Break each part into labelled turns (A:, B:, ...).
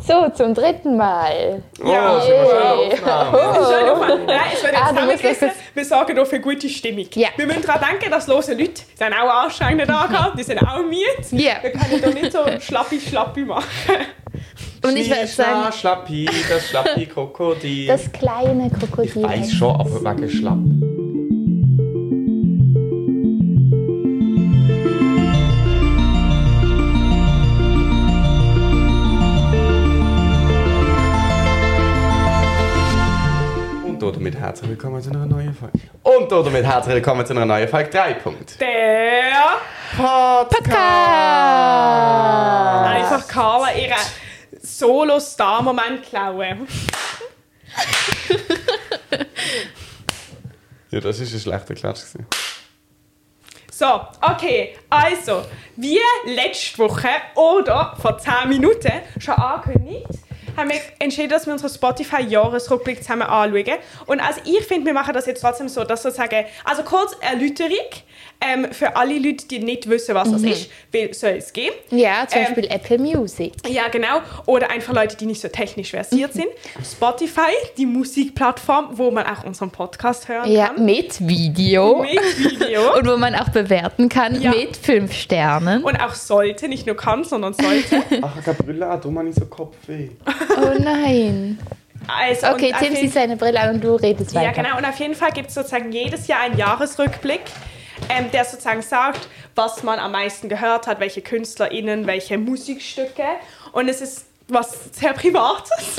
A: So, zum dritten Mal.
B: Oh, ja. sind wir schon
A: Oh.
C: Nein,
A: Ah, du musst
C: es wird jetzt zusammengegessen.
A: das-
C: Wir sorgen dafür für gute Stimmung.
A: Ja.
C: Wir müssen daran denken, dass lose Leute sind auch anstrengende Tage haben, die sind auch müde.
A: Ja.
C: Wir können da nicht so schlappi schlappi machen.
A: Und ich würde sagen,
B: Schlappi, das Schlappi Krokodil.
A: das kleine Krokodil.
B: ich weiß schon, aber wegen Schlapp. Und damit herzlich willkommen zu einer neuen Folge. Und damit herzlich willkommen zu einer neuen Folge 3. Punkt.
C: Der
A: Podcast.
C: einfach Carla ihren Solo-Star-Moment klauen.
B: Ja, das ist ein schlechter Klatsch. gewesen.
C: So, okay, also, wie letzte Woche oder vor 10 Minuten schon angekündigt, haben wir entschieden, dass wir unseren Spotify-Jahresrückblick zusammen anschauen. Und also ich finde, wir machen das jetzt trotzdem so, dass sozusagen, also kurz Erläuterung ähm, für alle Leute, die nicht wissen, was
A: Mhm.
C: das ist, weil soll es geben.
A: Ja, zum
C: Ähm,
A: Beispiel Apple Music.
C: Ja, genau. Oder einfach Leute, die nicht so technisch versiert
A: Mhm.
C: sind. Spotify, die Musikplattform, wo man auch unseren Podcast hören
A: Ja,
C: kann.
A: mit Video.
C: Mit Video.
A: Und wo man auch bewerten kann
C: Ja.
A: mit fünf Sternen.
C: Und auch sollte, nicht nur kann, sondern sollte.
B: Ach, ich habe Brille an, darum habe ich so Kopfweh.
A: Oh nein.
C: Also, und
A: Okay,
C: auf
A: Tim
C: jeden-
A: zieht seine Brille an und du redest
C: Ja,
A: weiter.
C: genau. Und auf jeden Fall gibt es sozusagen jedes Jahr einen Jahresrückblick, ähm, der sozusagen sagt, was man am meisten gehört hat, welche KünstlerInnen, welche Musikstücke. Und es ist was sehr Privates.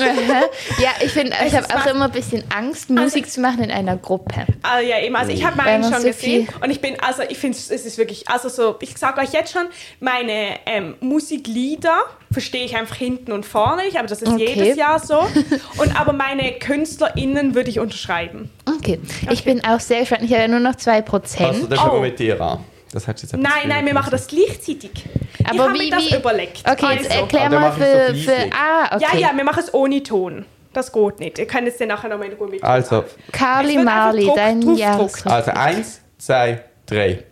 A: Aha. Ja, ich finde, ich
C: Also Es Also
A: habe
C: ist
A: auch
C: was-
A: immer ein bisschen Angst, Musik zu machen in einer Gruppe.
C: Ah, ja, eben. Also ich habe
A: Weil
C: meinen
A: man
C: schon
A: so
C: gesehen
A: viel-
C: und ich bin, also ich finde, es ist wirklich, also so, ich sage euch jetzt schon, meine ähm, Musiklieder verstehe ich einfach hinten und vorne nicht, aber das ist
A: Okay.
C: jedes Jahr so. Und aber meine KünstlerInnen würde ich unterschreiben.
A: Okay. Ich bin auch sehr gespannt. Ich habe ja nur noch 2%.
B: Also, das ist
C: Oh.
B: aber mit dir an. Das hättest du jetzt etwas
C: Nein, nein, wir
B: früher
C: machen das gleichzeitig. ich
A: Aber
C: habe
A: wie-
C: mir das
A: wie-
C: überlegt.
A: Okay, jetzt
C: Also.
A: erklär
B: Ah, dann
A: mal
B: mach ich so
A: für, für.
B: fließig.
A: Ah, okay.
C: Ja, ja, wir machen es ohne Ton. Das geht nicht. Ihr könnt es dann nachher nochmal in Ruhe mit.
B: Also,
A: Carly
C: Es wird einfach
A: Marley,
C: Druck,
A: dein
C: Druck,
A: Jahres.
B: also eins, zwei, drei.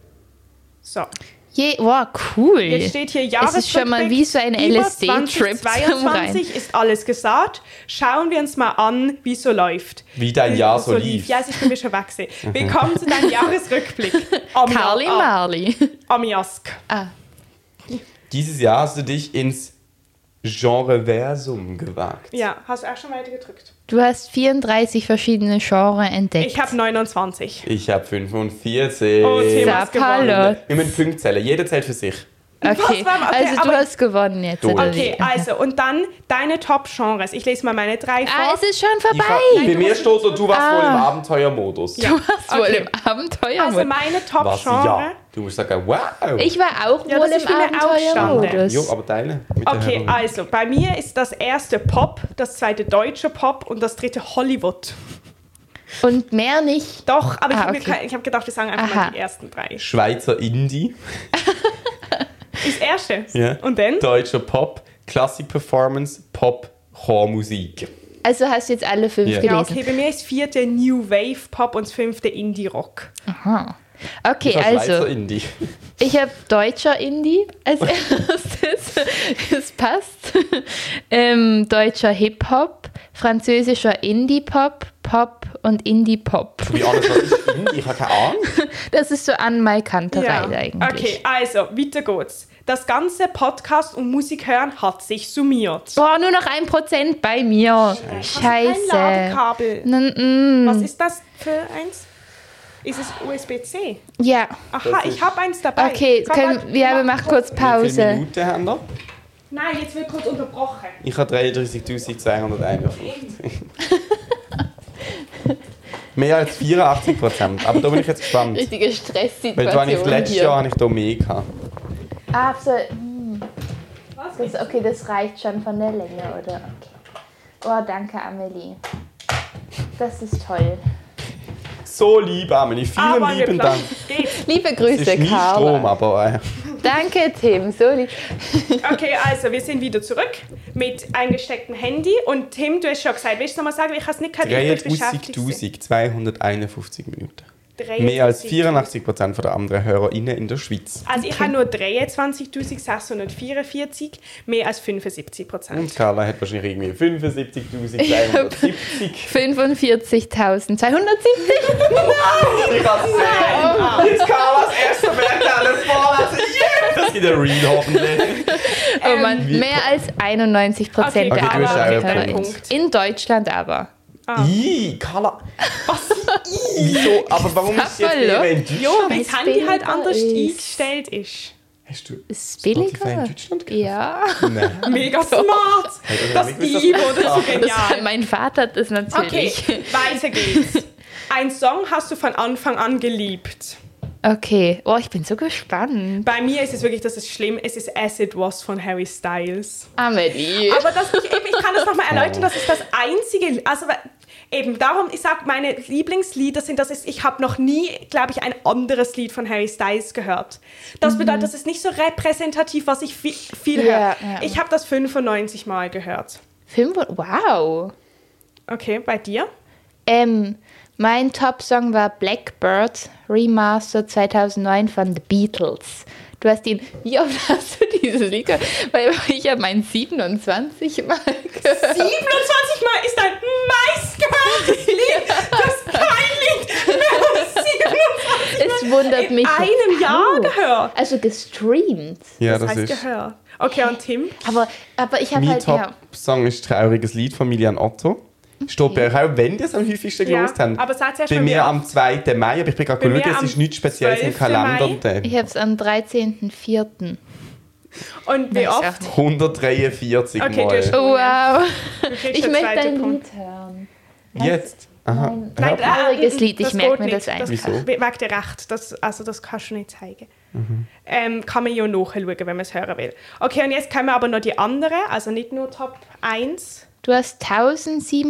C: So.
A: Je, wow, cool.
C: Jetzt steht hier
A: Es ist schon mal wie so ein
C: über
A: LSD-Trip zum Rein.
C: 2022 ist alles gesagt. Schauen wir uns mal an, wie so läuft. Also,
B: Wie dein Jahr so lief. Mhm.
C: Ja, es ist mir schon weg. gewesen. Willkommen zu deinem Jahresrückblick. Ah, Am
A: Carly
C: Jahr-
A: Marley.
C: Am Jask.
A: Ah,
B: Dieses Jahr hast du dich ins Genreversum gewagt.
C: Ja, hast du auch schon weiter gedrückt?
A: du hast 34 verschiedene Genres entdeckt.
C: Ich habe 29.
B: Ich habe 45.
C: Oh, Tim.
A: Sa
C: was gewonnen.
A: Palo.
B: Wir müssen Punkte zählen. Jeder zählt für sich.
A: Okay,
C: Was, warte mal, okay,
A: also du
C: aber-
A: hast gewonnen jetzt.
B: Du.
A: oder wie?
C: Okay, also, und dann deine Top-Genres. Ich lese mal meine drei vor.
A: Ah, es ist schon
B: Ich hab,
A: vorbei.
B: bei mir steht so, du warst
A: Ah.
B: wohl im Abenteuermodus.
C: Ja.
A: Du warst wohl
C: Okay.
A: im Abenteuer.
C: also meine
B: Was?
C: Top-Genre.
B: Ja. Du musst sagen, wow.
A: ich war auch
C: Ja,
A: wohl
C: das ist
A: im
C: bei mir auch
B: Jo,
A: Abenteuermodus.
B: aber deine. Mit der
C: Okay,
B: Hörerin.
C: also bei mir ist das erste Pop, das zweite deutsche Pop und das dritte Hollywood.
A: Und mehr nicht.
C: Doch, aber ich
A: Ah,
C: habe mir
A: okay.
C: kein- ich hab gedacht, wir sagen einfach
A: Aha.
C: mal die ersten drei.
B: Schweizer Indie,
C: Das erste.
B: Ja.
C: Und dann?
B: deutscher Pop, Klassik-Performance, Pop, Chormusik.
A: Also hast du jetzt alle fünf
B: Ja.
C: Ja,
A: gelesen.
C: okay, bei mir ist das vierte New Wave Pop und das fünfte Indie Rock.
A: Aha. Okay,
B: Das war Schweizer
A: also
B: Indie.
A: ich habe deutscher Indie als erstes. Es passt. Ähm, deutscher Hip-Hop, französischer Indie-Pop, Pop und Indie-Pop.
B: Wie alles, was ist Indie? Ich habe keine Ahnung.
A: Das ist so an Mai Kanterei eigentlich.
C: Okay, also, weiter geht's. Das ganze Podcast und Musik hören hat sich summiert.
A: Boah, nur noch ein Prozent bei mir.
C: Was ist ein
A: Scheiße.
C: Also Ladekabel?
A: N- mm.
C: Was ist das für eins? Ist es USB-C?
A: Ja.
C: Aha,
B: Das ist-
C: ich habe eins dabei.
A: Okay,
C: Komm,
A: können,
C: warte,
A: ja,
C: mach
A: wir machen kurz
B: Wie viele
A: Pause.
B: Minuten haben wir?
C: Nein, jetzt wird kurz unterbrochen.
B: Ich habe 33.251. mehr als 84 Prozent. Aber da bin ich jetzt gespannt.
A: Richtige
B: Weil da habe ich
A: Stresssituation
B: letztes Jahr habe ich da mehr gehabt.
A: Ah, so-
C: Was?
A: Das, okay, das reicht schon von der Länge, oder? Okay. Oh, danke, Amelie. Das ist toll.
B: So lieb, Amelie. Vielen
C: Aber wir
B: lieben Dank.
C: planen. Geht.
A: Liebe
B: Es
A: Grüße,
B: ist nie Strom,
A: Carla.
B: aber äh,
A: Danke, Tim. So lieb.
C: Okay, also wir sind wieder zurück mit eingestecktem Handy. Und Tim, du hast schon gesagt, willst du nochmal sagen, ich habe es nicht gehört, ich bin beschäftigt. gewesen.
B: 33.251 Minuten.
C: 23.
B: Mehr als 84% von der anderen HörerInnen in der Schweiz.
C: Also ich habe nur 23.644, mehr als 75
B: Und
C: Prozent.
B: Carla hat wahrscheinlich irgendwie 75.370.
A: 45.270.
B: Ich kann es sehen! Jetzt Carlas erster Wert alles vorlassen. Yeah! Das geht der Read hoffentlich.
A: Oh Mann,
B: Wie-
A: mehr als 91 Prozent
C: Okay,
A: der
B: okay, du hast
A: Arbeiter-
B: einen
A: HörerInnen.
C: Punkt.
A: In Deutschland aber.
B: Ih, Carla. Ah. Was? Ih, so, aber warum ist jetzt
A: Buffalo?
B: eben in
C: Jo,
B: Deutschland?
C: weil
A: Weil's
C: das Handy halt
A: billiger
C: anders
A: Oh, ist.
C: eingestellt ist.
B: Hast du
A: Ist es billiger?
B: Spotify in Deutschland gekauft?
A: Ja.
B: Nein.
C: Mega smart.
B: Hey,
C: Das
B: ich
C: I
B: wusste das
C: wurde so
A: Das,
C: genial.
A: mein Vater hat das
C: Okay,
A: natürlich.
C: weiter geht's. Ein Song hast du von Anfang an geliebt.
A: Okay. Oh, ich bin so gespannt.
C: Bei mir ist es wirklich, das ist schlimm, es ist As It Was von Harry Styles.
A: Amelie.
C: Aber das, ich, eben, ich kann das nochmal erläutern, das ist das einzige, also eben darum, ich sag, meine Lieblingslieder sind, das ist, ich habe noch nie, glaube ich, ein anderes Lied von Harry Styles gehört. Das bedeutet, das ist nicht so repräsentativ, was ich viel, viel
A: Mhm. Ja,
C: höre.
A: ja.
C: Ich habe das 95 Mal gehört.
A: Fünf, wow.
C: Okay, bei dir?
A: Ähm, mein Top-Song war Blackbird Remaster 2009 von The Beatles. Du hast ihn, wie oft hast du dieses Lied gehört? Weil ich habe meinen 27 Mal gehört.
C: 27 Mal ist dein meistgehörtes Lied, das peinlich mehr als 27
A: Es wundert
C: in
A: mich.
C: einem Jahr
A: total.
C: gehört.
A: Also gestreamt.
B: Ja,
C: Das,
B: das
C: heißt
B: ist.
C: Gehör. Okay, und Tim?
A: Aber, aber ich habe
B: Mein
A: halt. Ja.
B: Top-Song ist Trauriges Lied von Milian Otto. Steht bei euch auch, wenn ihr es am häufigsten
C: Ja,
B: gelost habt.
C: aber sagt erst
B: bei
C: bei
B: mir
C: mir
B: am 2. Mai, aber ich bin gerade
C: Bei mir
B: geschaut,
C: am
B: es ist nichts Spezielles im
C: 12.
B: Kalender.
C: Mai.
B: drin.
A: Ich habe es am 13.04.
C: Und wie
A: Weiß auch
C: oft?
A: nicht.
B: 143
C: Okay,
B: Mal.
C: du hast-
A: Oh, wow.
C: Du kriegst
A: Ich
C: den
A: möchte
C: zweiten
A: ein
C: Punkt.
A: Lied hören.
B: Jetzt. Aha.
A: Nein.
B: Hör-
C: Nein, ah,
A: trauriges
C: mm,
A: Lied, ich
C: das
A: merk
C: geht
A: mir das
C: nicht.
A: ein.
B: Wieso?
C: Wegen der Recht, das, also das kannst du nicht zeigen.
B: Mhm.
C: Ähm, kann man ja nachschauen, wenn man es hören will. Okay, und jetzt kommen wir aber noch die anderen, also nicht nur Top 1.
A: Du hast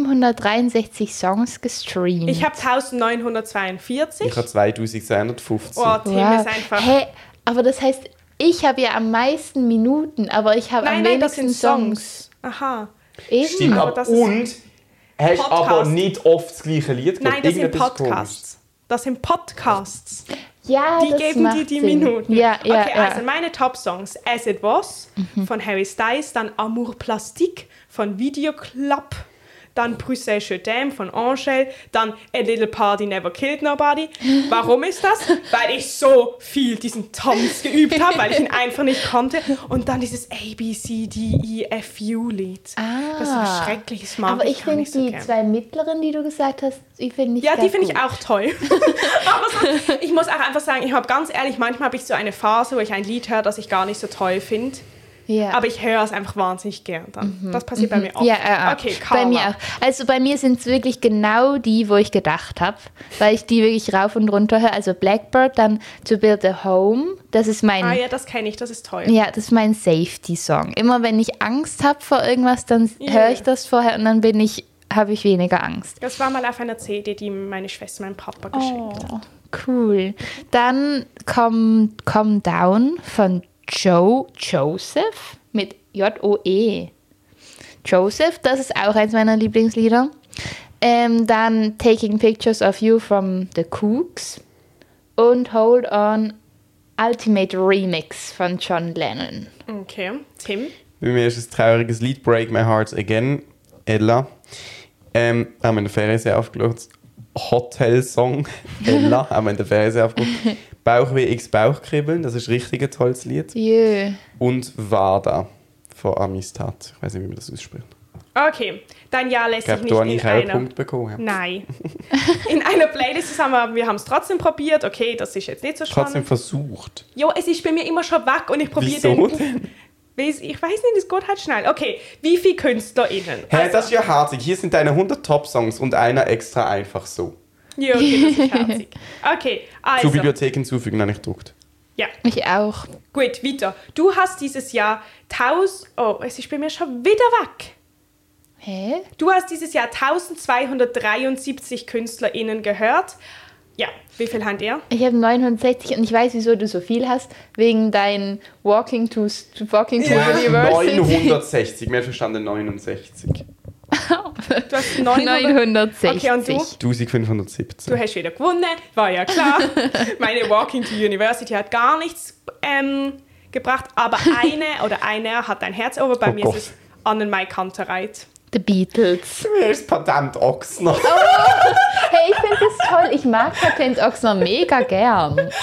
A: 1763 Songs gestreamt.
C: Ich habe 1942.
B: Mhm. Ich habe 2250.
C: oh, Tim
A: Wow.
C: ist einfach...
A: Hä? Aber das heißt, ich habe ja am meisten Minuten, aber ich habe am
C: Nein, nein, das
A: wenigsten
C: sind
A: Songs.
C: Songs. Aha.
A: Eben.
B: Stimmt,
C: Aber
B: aber
C: das ist-
B: und hast
C: Podcast.
B: aber nicht oft das gleiche Lied gehört.
C: Nein, das sind
B: Irgendetwas komisch.
C: Podcasts. Das sind Podcasts.
A: Ja,
C: Die
A: das
C: geben dir
A: macht
C: die
A: Sinn.
C: Minuten.
A: Ja, ja,
C: okay,
A: ja. Mhm.
C: also meine Top-Songs. As It Was von Harry Styles, dann Amour Plastique von Videoclub, dann Bruxelles Je t'aime von Angèle, dann A Little Party Never Killed Nobody. Warum ist das? Weil ich so viel diesen Tanz geübt habe, weil ich ihn einfach nicht konnte. Und dann dieses A, B, C, D, E, F, U-Lied. Das ist ein
A: Ah.
C: schreckliches Mal.
A: aber ich finde
C: nicht so
A: die
C: gern.
A: zwei mittleren, die du gesagt hast, die finde ich
C: Ja, die
A: sehr
C: finde ich
A: gut.
C: auch toll. Aber sonst, ich muss auch einfach sagen, ich habe ganz ehrlich, manchmal habe ich so eine Phase, wo ich ein Lied höre, das ich gar nicht so toll finde.
A: Ja. Mhm.
C: Aber ich höre es einfach wahnsinnig gern dann. Das passiert bei mir auch.
A: Ja, ja, ja.
C: Okay, Carla.
A: bei mir auch. Also bei mir sind es wirklich genau die, wo ich gedacht habe, weil ich die wirklich rauf und runter höre. Also Blackbird, dann To Build a Home, das ist mein,
C: Ah
A: ja.
C: ja, das kenne ich, das ist toll.
A: das ist mein Safety-Song. Immer wenn ich Angst habe vor irgendwas, dann
C: Ja.
A: höre ich das vorher und dann bin ich, habe ich weniger Angst.
C: Das war mal auf einer CD, die meine Schwester meinem Papa
A: Oh.
C: geschenkt hat.
A: Cool. Dann Come, Come Down von Joe Joseph mit J-O-E. Joseph, das ist auch eins meiner Lieblingslieder. Ähm, dann Taking Pictures of You from the Cooks und Hold On Ultimate Remix von John Lennon.
C: Okay, Tim.
B: Bei mir ist es ein trauriges Lied Break My Heart Again, Ella. Ähm, haben wir in der Ferienserie aufgeschaut. Hotel Song, Ella, haben wir in der Ferienserie aufgeschaut. Bauchweh x Bauchkribbeln, das ist richtig ein tolles Lied.
A: Jö.
B: Und Vada von Amistad. Ich weiß nicht, wie man das ausspricht.
C: Okay, dein Jahr lässt
B: Ich glaube,
C: sich
B: da habe
C: nicht
B: ich
C: in
B: auch einen
C: einer...
B: Punkt bekommen.
C: Nein. In einer Playlist zusammen, aber wir haben es trotzdem probiert. Okay, das ist jetzt nicht so spannend.
B: Trotzdem versucht.
C: Jo, es ist bei mir immer schon weg und ich probiere
B: Wieso
C: den.
B: denn?
C: Weiss, ich weiß nicht, es geht halt schnell. Okay, wie viele KünstlerInnen? Also,
B: Hä, das ist ja herzig. Hier sind deine 100 Top-Songs und einer extra einfach so.
C: ja, okay, das ist herzig. Okay,
B: Zu
C: also.
B: Bibliothek hinzufügen, habe ich gedruckt.
C: Ja,
A: Ich auch.
C: gut, weiter. Du hast dieses Jahr 1000. Oh, es ist bei mir schon wieder weg.
A: Hä?
C: Du hast dieses Jahr 1273 KünstlerInnen gehört. Ja, wie viel habt ihr?
A: Ich habe 69 und ich weiß, wieso du so viel hast, wegen deinen Walking to, Walking to University.
B: 960, mehr verstanden 69.
C: Du hast 900.
A: 960.
C: Okay, und du?
B: 1517.
C: Du hast wieder gewonnen, war ja klar. Meine Walking to University hat gar nichts ähm, gebracht, aber eine oder einer hat ein Herz over. Bei
B: Oh
C: mir
B: Gott.
C: ist es Annen Mai Kantereit.
A: The Beatles.
B: Mir ist Patent Ochsner.
C: Oh.
A: Hey, ich finde das toll. Ich mag Patent Ochsner mega gern.
C: Aber das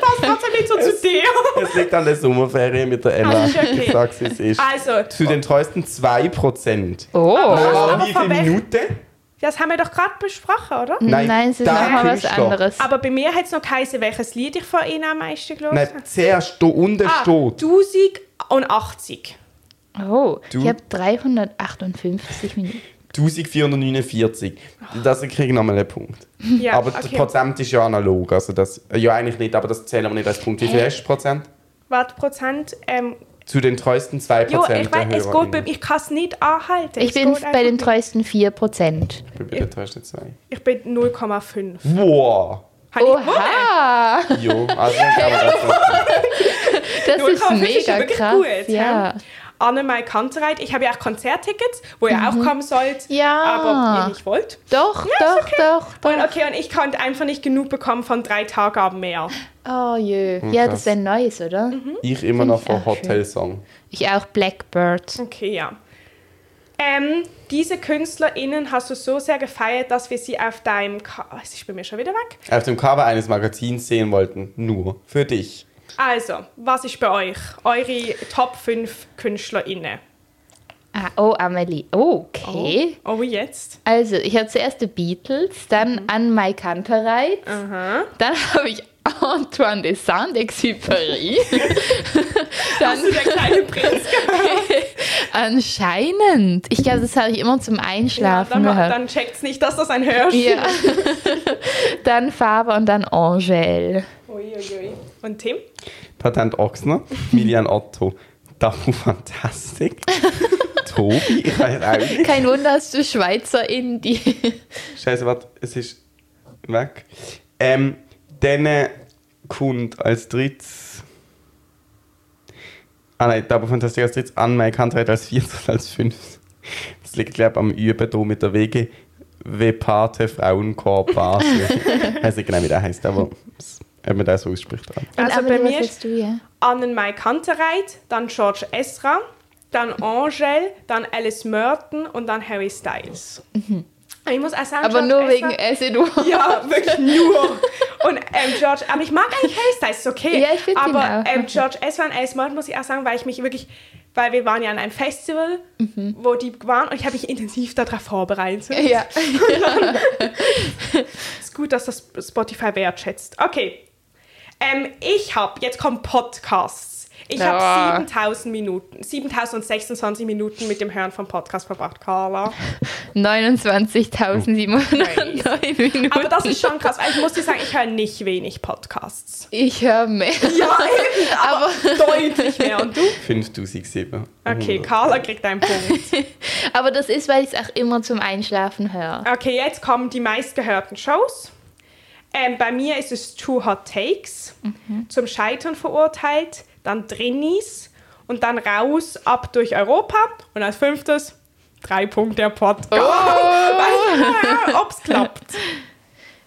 C: passt trotzdem nicht so zu dir.
B: Es liegt an der Sommerferien mit der Ella.
C: Ah, ist okay.
B: Ich sag's, wie es ist.
C: Also, Ah,
B: Zu den treuesten Äh, 2%.
A: Oh.
B: Aber
C: aber
B: wie
C: von
B: viele
C: welchem-
B: Minuten?
C: das haben wir doch gerade besprochen, oder?
A: Nein,
B: Nein,
A: es ist
B: der
A: nochmal was
B: Künstler.
A: anderes.
C: Aber bei mir hat es noch geheißen, welches Lied ich von Ihnen am meisten gelesen
B: Nein,
C: habe.
B: zuerst da unten
C: Ah,
B: steht.
C: 1080.
A: Oh,
B: Du-
A: ich habe 358 Minuten.
B: 1449. Das kriege ich nochmal einen Punkt.
C: Ja,
B: aber
C: okay.
B: der Prozent ist ja analog. Also das, ja, eigentlich nicht, aber das zählen wir nicht als Punkt. Wie
C: Äh.
B: viel hast du Prozent?
C: Warte, Prozent. Ähm,
B: Zu den treuesten 2%
C: jo, ich
B: der
C: weiß, es geht bei,
B: HörerInnen.
C: ich kann es nicht anhalten.
A: Ich
C: Es
A: bin
C: geht
A: bei den
C: einfach nicht.
A: treuesten 4%.
B: Ich bin bei den treuesten 2.
C: Ich bin 0,5.
B: Wow!
C: Habe ich gewonnen?
A: Oha!
B: Jo, also ich glaube, das ist-
A: Das
C: Null
A: ist
C: Komma fünf ist
A: mega
C: wirklich
A: krass.
C: gut,
A: ja.
C: hä? Annemal Kantereit. Ich habe ja auch Konzerttickets, wo ihr auch kommen sollt,
A: Mhm. Ja.
C: aber ihr nicht wollt.
A: Doch,
C: Ja,
A: doch,
C: ist okay.
A: doch,
C: Und
A: doch.
C: okay, und ich konnte einfach nicht genug bekommen von drei Tagaben mehr.
A: Oh je. Ja, das
B: Hm, krass.
A: ist ein neues, oder?
C: Mhm.
B: ich immer noch
A: Finde ich
B: von
A: auch schön.
B: Hotel Song.
A: Ich auch Blackbird.
C: Okay, ja. Ähm, diese KünstlerInnen hast du so sehr gefeiert, dass wir sie auf deinem... Ka oh, es ist bei mir schon wieder weg.
B: Auf dem Cover eines Magazins sehen wollten. Nur für dich.
C: Also, was ist bei euch? Eure Top 5 KünstlerInnen.
A: Ah, oh, Amelie. Oh, okay.
C: Oh, jetzt?
A: Also, ich habe zuerst die Beatles,
C: Mhm.
A: dann An My Kantereit, dann habe ich Antoine de Saint-Exupéry. dann
C: Hast du der kleine Prinz
A: anscheinend. Ich glaube, das habe ich immer zum Einschlafen
C: dann,
A: gehört.
C: dann checkt's nicht, dass das ein Hörspiel
A: Ja. dann Faber und dann Angèle.
C: Uiuiui. Und Tim?
B: Patent Ochsner, Milian Otto, Dafu Fantastic, Tobi, ich weiß auch nicht.
A: Kein Wunder, dass du Schweizer in die.
B: Scheiße, warte, es ist weg. Ähm, dann kommt als drittes. Ah nein, Dafu Fantastic als drittes, an meine Kanzlerin als viertes, als fünftes. Das liegt, glaube ich, am Üben hier mit der Wege. Vepate Frauenchor Basel. ich weiß nicht genau, wie der heißt, aber es- ob man das so ausspricht.
C: Also
A: Amelie,
C: bei mir
A: was willst
C: ist
A: du ja?
C: Annenmai Kantereit, dann George Ezra, dann Angel, dann Alice Merton und dann Harry Styles. Ich muss auch sagen,
A: Mhm. Aber
C: George
A: nur
C: Ezra-
A: wegen E Essidu.
C: Ja, wirklich nur. Und ähm, George, aber ich mag eigentlich Harry Styles, ist okay.
A: Ja, ich find ihn
C: aber
A: auch.
C: ähm, George S. Van S. Martin muss ich auch sagen, weil ich mich wirklich, weil wir waren ja an einem Festival,
A: Mhm.
C: wo die waren und ich habe mich intensiv darauf vorbereitet.
A: Ja.
C: Ist gut, dass das Spotify wertschätzt. Okay. Ähm, ich habe, jetzt kommen Podcasts. Ich
A: Ah.
C: habe 7000 Minuten, 7026 Minuten mit dem Hören von Podcasts verbracht, Carla.
A: 29.709 Minuten.
C: Aber das ist schon krass, weil ich muss dir sagen, ich höre nicht wenig Podcasts.
A: Ich höre mehr.
C: Ja, eben, aber, deutlich mehr. Und du?
B: 5007.
C: Okay, Carla kriegt einen Punkt.
A: Aber das ist, weil ich es auch immer zum Einschlafen höre.
C: Okay, jetzt kommen die meistgehörten Shows. Ähm, bei mir ist es Two Hot Takes,
A: Mhm.
C: zum Scheitern verurteilt, dann Drinnies und dann raus ab durch Europa und als fünftes drei Punkte der Podcast. Weiß ich mal, ob's klappt.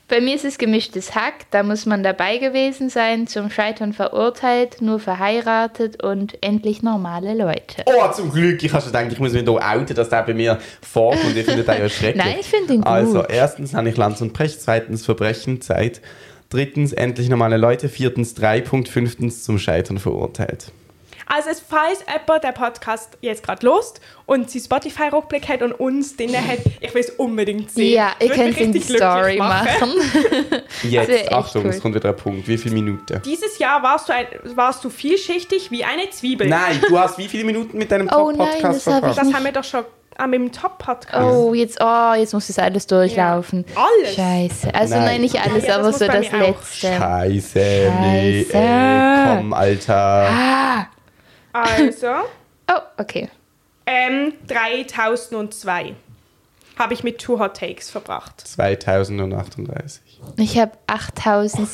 A: Bei mir ist es gemischtes Hack, da muss man dabei gewesen sein, zum Scheitern verurteilt, nur verheiratet und endlich normale Leute.
B: Oh, zum Glück. Ich habe schon gedacht, ich muss mich hier outen, dass der bei mir vorkommt. Ich finde den ja schrecklich.
A: Nein, ich finde ihn gut.
B: Also, erstens habe ich Lanz und Precht, zweitens Verbrechenzeit, drittens endlich normale Leute, viertens 3.5. fünftens zum Scheitern verurteilt.
C: Also es- falls jemand der Podcast jetzt gerade lost und sie Spotify-Rückblick hat und uns den hat, ich will es unbedingt sehen.
A: Ja, ihr
C: Ich würd
A: könnt
C: mich
A: in die
C: richtig glücklich
A: Story machen. Das wär
B: Jetzt,
A: echt
B: Achtung,
A: cool.
B: es kommt wieder ein Punkt. Wie viele Minuten?
C: Dieses Jahr warst du, ein, warst du vielschichtig wie eine Zwiebel.
B: Nein, du hast wie viele Minuten mit deinem
A: Oh nein, das
B: Top-Podcast
A: habe ich
B: verbracht?
C: Das haben wir doch schon ah, mit dem Top-Podcast.
A: Oh, jetzt, oh, jetzt muss das alles durchlaufen.
C: Ja. Alles?
A: Scheiße. Also nein,
B: Nein.
A: nicht alles,
C: Ja, ja, das
A: aber
C: muss
A: so
C: bei
A: das
C: mir auch.
A: Letzte.
B: Scheiße, nee,
A: Scheiße.
B: ey, komm, Alter.
C: Also,
A: Oh, Ah. okay.
C: ähm, 3002. habe ich mit Two Hot Takes verbracht.
B: 2038.
A: Ich habe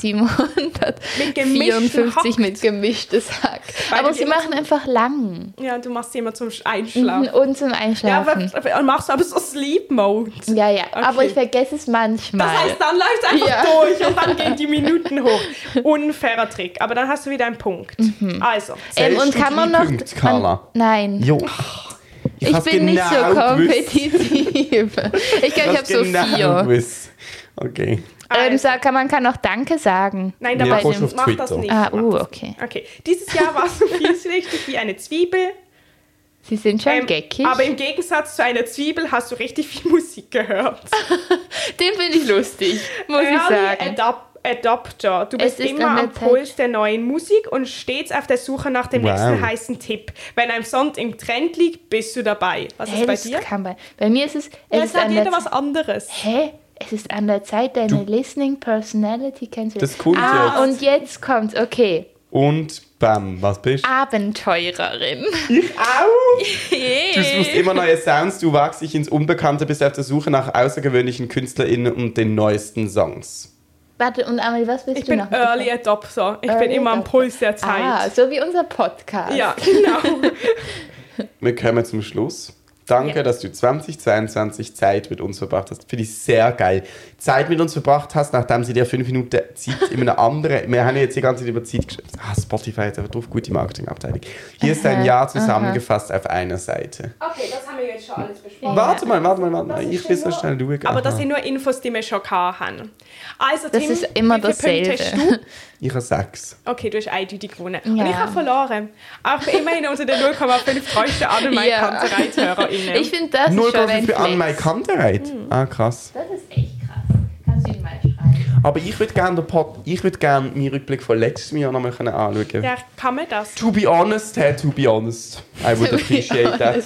A: 8754
C: Mit gemischten Hack.
A: mit gemischtes Hack.
C: Weil
A: Aber
C: die
A: sie
C: immer
A: machen einfach lang.
C: Ja, du machst sie immer zum
A: Mhm,
C: Einschlafen.
A: Und zum
C: Ja, aber,
A: Einschlafen.
C: und machst aber so Sleep Mode.
A: Ja, ja. Aber
C: Okay.
A: ich vergesse es manchmal.
C: Das heißt, dann läuft es einfach
A: Ja.
C: durch und dann gehen die Minuten hoch. Unfairer Trick. Aber dann hast du wieder einen Punkt. Also,
A: ähm, und
B: Zählst du
A: kann
B: die
A: man noch.
B: Punkte, Carla?
A: nein.
B: Jo.
A: Ich,
B: hab
A: bin nicht so
B: genau gewusst.
A: kompetitiv. ich glaube, ich habe
B: hab's
A: so vier.
B: gewusst. genau Okay.
A: Ähm,
C: Also.
A: sag, kann- man kann auch Danke sagen.
C: nein,
B: Ja,
C: dabei
B: kommst du auf
C: mach das
B: Twitter.
C: nicht.
A: Ah,
C: Mach
A: uh,
C: das
A: okay.
C: nicht. Okay, dieses Jahr war so vielschichtig wie eine Zwiebel.
A: Sie sind schon
C: Ähm,
A: geckig.
C: aber im Gegensatz zu einer Zwiebel hast du richtig viel Musik gehört.
A: Den finde ich lustig, muss ich
C: Early
A: sagen.
C: Adap Adopter. Du bist
A: ist
C: immer
A: an der
C: am
A: Zeit.
C: Puls der neuen Musik und stets auf der Suche nach dem
B: Wow.
C: nächsten heißen Tipp. Wenn ein Song im Trend liegt, bist du dabei. Was
A: Hä,
C: ist bei
A: das
C: dir?
A: kann bei, bei mir ist es.
C: Ja,
A: Es
C: Es
A: ist
C: hat
A: an
C: jeder
A: der
C: was anderes.
A: Hä? Es ist an der Zeit, deine Listening Personality kennenzulernen.
B: Das kommt
A: ah,
B: jetzt.
A: und jetzt kommt's. Okay.
B: Und bam, was bist du?
A: Abenteurerin.
B: Ich auch! Du suchst immer neue Sounds, du wagst dich ins Unbekannte, bist auf der Suche nach außergewöhnlichen KünstlerInnen und den neuesten Songs.
A: Warte, und Amelie, was bist
C: Ich
A: du
C: bin
A: noch?
C: Early Adopter. Ich bin
A: Early
C: immer am
A: Adopter.
C: Puls der Zeit.
A: Ah, so wie unser Podcast.
C: Ja, genau.
B: Wir kommen zum Schluss. Danke, dass du 2022 Zeit mit uns verbracht hast. Finde ich sehr geil. Zeit mit uns verbracht hast, nachdem sie dir fünf Minuten Zeit in einer anderen. Wir haben ja jetzt die ganze Zeit über Zeit geschrieben. Ah, Spotify hat aber drauf gute Marketingabteilung. Hier ist dein
A: Aha,
B: Jahr zusammengefasst auf einer Seite.
C: okay, das haben wir jetzt schon alles besprochen.
A: Ja.
B: Warte mal, warte mal, warte
C: Das
B: mal.
C: ist
B: Ich
C: ja
B: will so
C: nur-
B: schnell schauen.
C: Aber
B: Aha.
C: das sind nur Infos, die wir schon gehabt haben. Also,
A: Das
C: Tim,
A: ist immer
C: wie viele Punkte
A: dasselbe.
C: hast du?
B: Ich habe sechs.
C: Okay, du hast eindeutig gewonnen.
A: Ja.
C: Und ich habe verloren. Auch immerhin unter den 0,5 treuesten Anne mein
A: Ja.
C: Kanzerei-HörerInnen.
A: Ich finde das ist schon
B: 0,5
A: ein
B: an meine
A: Flex.
B: Kanterheit. Ah, krass.
A: Das ist echt krass. Kannst du ihn mal schreiben?
B: Aber ich würde gerne den Pod, ich würde gerne meinen Rückblick von letztem Jahr nochmal können anschauen können.
C: Ja, kann man das?
B: To be honest, hey, to be honest. I would appreciate that.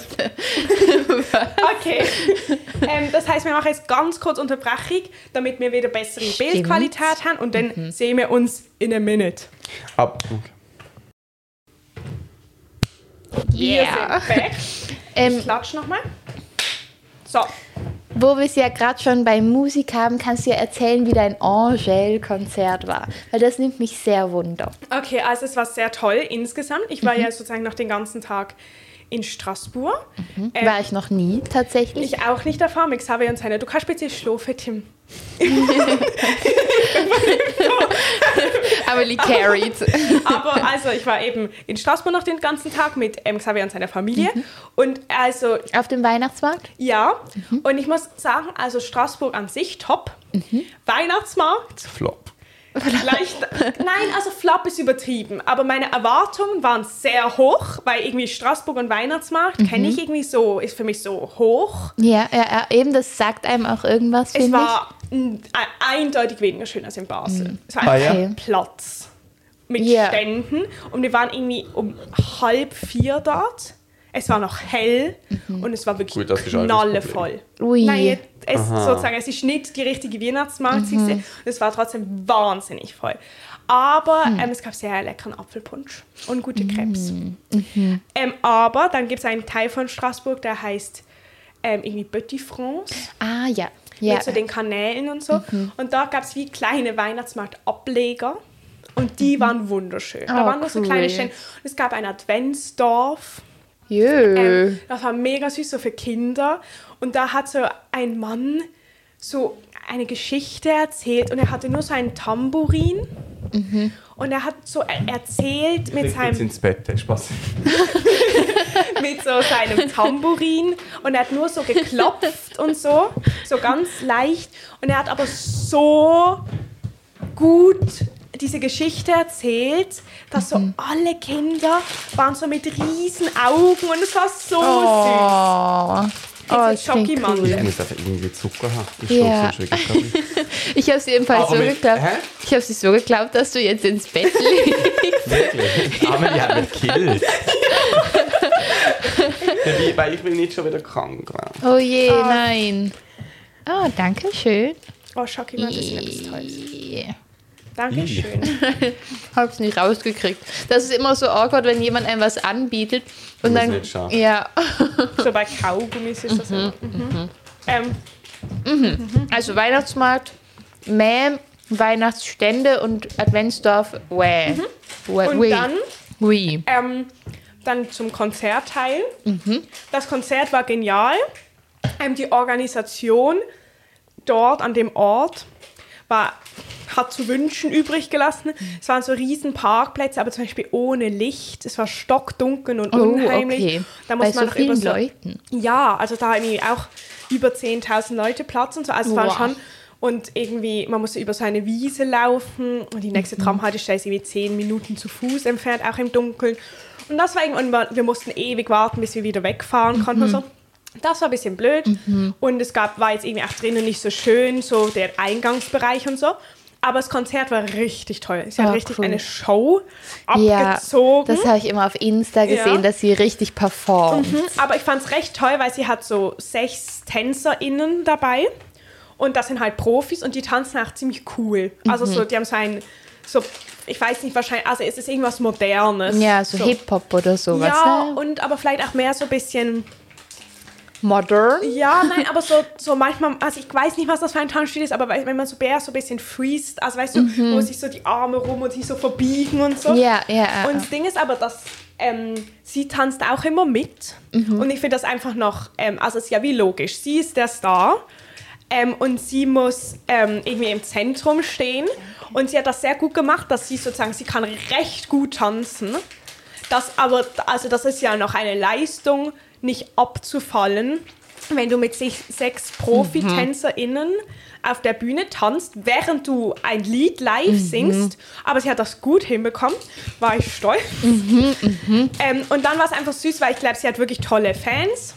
C: Okay. ähm, das heißt, wir machen jetzt ganz kurz Unterbrechung, damit wir wieder bessere
A: Stimmt. Mhm.
C: Bildqualität haben und dann sehen wir uns in a minute.
B: Ab, okay.
A: Yeah.
C: Wir sind back.
A: Ähm,
C: Klatsch nochmal. So,
A: wo wir es ja gerade schon bei Musik haben, kannst du ja erzählen, wie dein Angèle-Konzert war. Weil das nimmt mich sehr wunder.
C: okay, also es war sehr toll insgesamt. Ich war
A: Mhm.
C: ja sozusagen noch den ganzen Tag in Straßburg. Ähm,
A: War ich noch nie tatsächlich.
C: Ich auch nicht erfahren, mit Xavier und seiner. Du kannst bitte schlafen, Tim.
A: Aber die carried.
C: Aber also, ich war eben in Straßburg noch den ganzen Tag mit ähm, Xavier und seiner Familie. Und also,
A: Auf dem Weihnachtsmarkt?
C: ja. Und ich muss sagen, also Straßburg an sich top. Weihnachtsmarkt,
B: Flop.
C: leicht. Nein, also Flop ist übertrieben. Aber meine Erwartungen waren sehr hoch, weil irgendwie Straßburg und Weihnachtsmarkt kenne ich irgendwie so, ist für mich so hoch.
A: Ja, ja, ja, eben, das sagt einem auch irgendwas,
C: Es
A: finde ich. Mhm.
C: war mm, e- eindeutig weniger schön als in Basel. Es war
B: Ah,
C: einfach
A: ja?
C: Platz mit
A: Ja.
C: Ständen und wir waren irgendwie um halb vier dort. Es war noch hell und es war wirklich
B: Gut, das ist alles
C: knallevoll.
A: Mhm. Ui.
C: Nein, es,
B: Aha.
C: sozusagen, es ist nicht die richtige
A: Mhm.
C: Weihnachtsmarkt und es war trotzdem wahnsinnig voll. Aber
A: Mhm.
C: ähm, es gab sehr leckeren Apfelpunsch und gute Krebs.
A: Mhm.
C: Ähm, aber dann gibt es einen Teil von Straßburg, der heißt ähm, irgendwie Petit France
A: Ah, ja. ja. Mhm.
C: mit so den Kanälen und so. Und da gab es wie kleine Weihnachtsmarktableger. Und die waren wunderschön. da
A: Mhm. Oh,
C: waren nur so
A: cool.
C: kleine Stände. Und es gab ein Adventsdorf.
A: Jö.
C: Ähm, das war mega süß, so für Kinder. Und da hat so ein Mann so eine Geschichte erzählt und er hatte nur so ein Tambourin.
A: Mhm.
C: Und er hat so er- erzählt mit
B: Ich gehe jetzt
C: seinem,
B: ins Bett, ey, Spaß.
C: mit so seinem Tambourin und er hat nur so geklopft und so, so ganz leicht. Und er hat aber so gut diese Geschichte erzählt, dass so
A: Mhm.
C: alle Kinder waren so mit riesen Augen und es war so
A: Oh.
C: süß.
A: Oh, das
C: Jetzt
A: klingt
C: Schokimandeln.
B: Ich
A: cool.
B: muss einfach irgendwie Zucker haben. Ich
A: Ja.
B: yeah. schon wieder
A: Ich habe sie jedenfalls
B: Aber
A: so
B: mit-
A: geglaubt.
B: hä?
A: Ich habe sie so geglaubt, dass du jetzt ins Bett liegst.
B: Wirklich? Amelie hat mich gekillt. Dabei, Weil ich will nicht schon wieder krank werden.
A: oh je, nein. Oh, danke schön.
C: Oh, Schoki, das ist etwas Tolles.
A: Yeah.
C: Dankeschön.
A: Hab's nicht rausgekriegt. Das ist immer so awkward, wenn jemand einem was anbietet und
B: Du bist
A: dann
B: nicht scharf.
A: ja. Mhm.
C: so bei Kaugummis ist das immer. Mhm. Ähm,
A: Also Weihnachtsmarkt, Mäh, Weihnachtsstände und Adventsdorf, wäh. Wäh,
C: Mhm. Und
A: wäh.
C: dann?
A: Wäh.
C: ähm, dann zum Konzertteil. Das Konzert war genial. Ähm, die Organisation dort an dem Ort war, hat zu wünschen übrig gelassen. Es waren so riesen Parkplätze, aber zum Beispiel ohne Licht. Es war stockdunkel und
A: Oh,
C: unheimlich.
A: okay.
C: Da muss
A: Bei
C: man
A: so
C: noch über
A: vielen
C: so,
A: Leuten?
C: Ja, also da haben irgendwie auch über 10.000 Leute Platz und so. Also es waren
A: Wow.
C: schon und irgendwie, man musste über so eine Wiese laufen und die
A: Mhm.
C: nächste Tramhaltestelle ist irgendwie zehn Minuten zu Fuß entfernt, auch im Dunkeln. Und das war irgendwie, und wir- wir mussten ewig warten, bis wir wieder wegfahren konnten
A: Mhm.
C: und so. Das war ein bisschen blöd. Und es gab, war jetzt irgendwie auch drinnen nicht so schön, so der Eingangsbereich und so. Aber das Konzert war richtig toll. Sie hat
A: Oh,
C: richtig
A: cool.
C: eine Show
A: Ja,
C: abgezogen.
A: das habe ich immer auf Insta gesehen,
C: Ja.
A: dass sie richtig performt.
C: Mhm, Aber ich fand es recht toll, weil sie hat so sechs TänzerInnen dabei. Und das sind halt Profis und die tanzen auch ziemlich cool. Also
A: Mhm.
C: so, die haben so ein, so, ich weiß nicht, wahrscheinlich, also es ist irgendwas Modernes.
A: Ja, so, Hip-Hop oder sowas.
C: Mhm. Ja,
A: ne?
C: und aber vielleicht auch mehr so ein bisschen.
A: Modern.
C: Ja, nein, aber so, so manchmal, also ich weiß nicht, was das für ein Tanzstil ist, aber weil- wenn man so Bär so ein bisschen freest, also weißt du, wo sich so die Arme rum und sich so verbiegen und so.
A: Mhm. Ja, ja.
C: Und das Ding ist aber, dass ähm, sie tanzt auch immer mit. Und ich finde das einfach noch, ähm, also es ist ja wie logisch. Sie ist der Star ähm, und sie muss ähm, irgendwie im Zentrum stehen. Und sie hat das sehr gut gemacht, dass sie sozusagen, sie kann recht gut tanzen. Das aber, also das ist ja noch eine Leistung, nicht abzufallen, wenn du mit sich, sechs Profitänzerinnen auf der Bühne tanzt, während du ein Lied live singst. Aber sie hat das gut hinbekommen, war ich stolz. Ähm, und dann war es einfach süß, weil ich glaube, sie hat wirklich tolle Fans.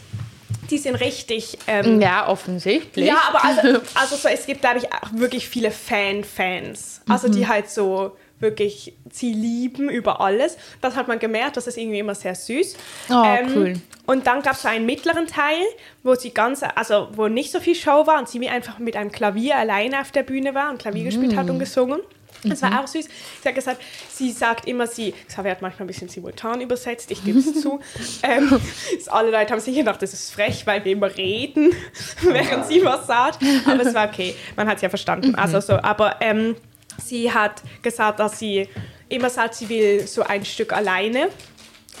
C: Die sind richtig ähm,
A: ja, offensichtlich.
C: ja, aber also, also so, es gibt, glaube ich, auch wirklich viele Fan-Fans. Also die halt so wirklich, sie lieben über alles. Das hat man gemerkt, das ist irgendwie immer sehr süß.
A: Oh, cool.
C: Ähm, Und dann gab es so einen mittleren Teil, wo sie ganz, also wo nicht so viel Show war und sie wie einfach mit einem Klavier alleine auf der Bühne war und Klavier gespielt
A: Mm.
C: hat und gesungen. Das
A: Mhm.
C: war auch süß. Sie hat gesagt, sie sagt immer, sie, Xavier hat manchmal ein bisschen simultan übersetzt, ich gebe es zu. Ähm, es- alle Leute haben sich gedacht, das ist frech, weil wir immer reden,
A: Oh
C: während sie was sagt. Aber es war okay, man hat es ja
A: Mhm.
C: verstanden. Also so, aber ähm, sie hat gesagt, dass sie immer sagt, sie will so ein Stück alleine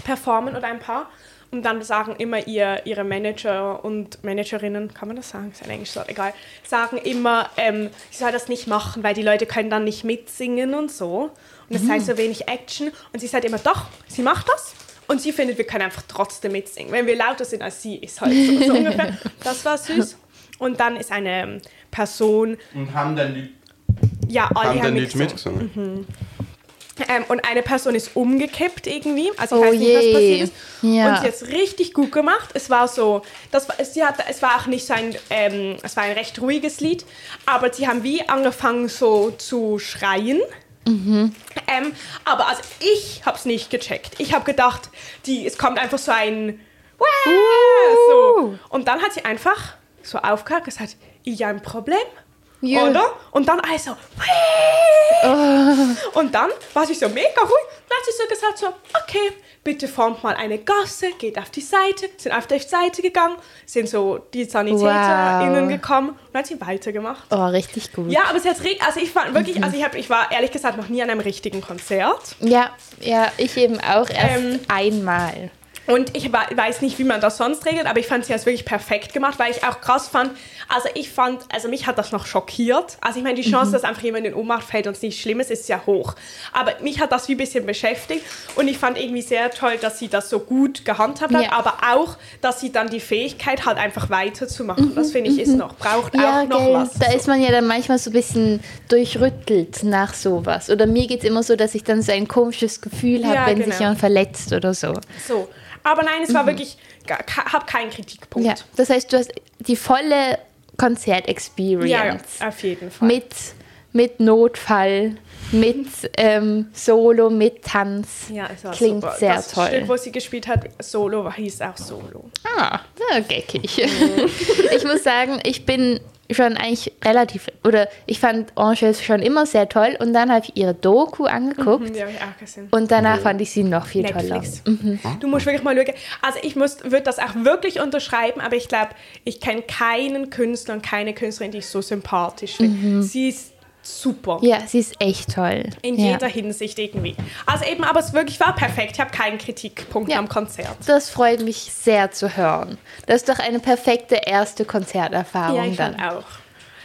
C: performen oder ein paar. Und dann sagen immer ihr, ihre Manager und Managerinnen, kann man das sagen? Ist ein englisches Wort, egal. Sagen immer, ähm, sie soll das nicht machen, weil die Leute können dann nicht mitsingen und so. Und es sei so wenig Action. Und sie sagt immer, doch, sie macht das. Und sie findet, wir können einfach trotzdem mitsingen. Wenn wir lauter sind als sie, ist halt so, so ungefähr. Das war süß. Und dann ist eine ähm, Person,
B: Und haben dann die
C: ja, alle
B: haben dann nicht
C: mitgesungen.
B: mitgesungen.
C: Ähm, und eine Person ist umgekippt irgendwie. Also ich
A: Oh
C: weiß nicht, was
A: je.
C: passiert ist.
A: Ja.
C: Und sie hat es richtig gut gemacht. Es war so, das, war- sie hat, es war auch nicht so ein, ähm, es war ein recht ruhiges Lied, aber sie haben wie angefangen so zu schreien.
A: Mhm.
C: Ähm, aber also ich habe es nicht gecheckt. Ich habe gedacht, die, es kommt einfach so ein Wah!
A: Uh.
C: so. Und dann hat sie einfach so aufgehört gesagt, ich habe ein Problem.
A: Ja.
C: Oder? Und dann also, und dann war sie so mega ruhig. Dann hat sie so gesagt so, okay, bitte formt mal eine Gasse, geht auf die Seite, sind auf die Seite gegangen, sind so die SanitäterInnen
A: Wow.
C: gekommen und dann hat sie weitergemacht.
A: Oh, richtig gut.
C: Ja, aber es hat re- also ich fand wirklich, also ich, hab, ich war ehrlich gesagt noch nie an einem richtigen Konzert
A: ja, ja, ich eben auch erst
C: Ähm.
A: einmal.
C: und ich wa- weiß nicht, wie man das sonst regelt, aber ich fand sie jetzt wirklich perfekt gemacht, weil ich auch krass fand, also ich fand, also mich hat das noch schockiert. Also ich meine,
A: Mhm.
C: die Chance, dass einfach jemand in Ohnmacht fällt und es nicht schlimm ist, ist ja hoch. Aber mich hat das wie ein bisschen beschäftigt und ich fand irgendwie sehr toll, dass sie das so gut gehandhabt hat,
A: Ja.
C: aber auch, dass sie dann die Fähigkeit hat, einfach weiterzumachen. Das finde ich ist noch, braucht
A: Mhm, Ja,
C: auch noch
A: gell,
C: was.
A: da ist man ja dann manchmal so ein bisschen durchrüttelt nach sowas. Oder mir geht es immer so, dass ich dann so ein komisches Gefühl habe,
C: Ja,
A: wenn
C: genau.
A: sich jemand verletzt oder so.
C: So. Aber nein, es war wirklich, habe keinen Kritikpunkt.
A: Mhm. Ja, das heißt, du hast die volle Konzert-Experience.
C: Ja, ja, auf jeden Fall.
A: mit, mit Notfall, mit ähm, Solo, mit Tanz.
C: ja, es war
A: Klingt
C: super.
A: sehr
C: das
A: toll.
C: Stück, wo sie gespielt hat, Solo, hieß auch Solo. Mhm.
A: Ah, ja, geckig. ich muss sagen, ich bin schon eigentlich relativ, oder ich fand Angèle schon immer sehr toll und dann habe ich ihre Doku angeguckt
C: Die habe ich auch gesehen.
A: und danach fand ich sie noch viel
C: Mhm. Netflix.
A: toller.
C: Du musst wirklich mal schauen. Also ich würde das auch wirklich unterschreiben, aber ich glaube, ich kenne keinen Künstler und keine Künstlerin, die ich so sympathisch finde. Sie ist super.
A: Mhm. Ja, sie ist echt toll.
C: In
A: ja.
C: jeder Hinsicht irgendwie. Also eben, aber es wirklich war perfekt. Ich habe keinen Kritikpunkt
A: Ja.
C: am Konzert.
A: Das freut mich sehr zu hören. Das ist doch eine perfekte erste Konzerterfahrung
C: Ja, ich
A: dann.
C: fand auch.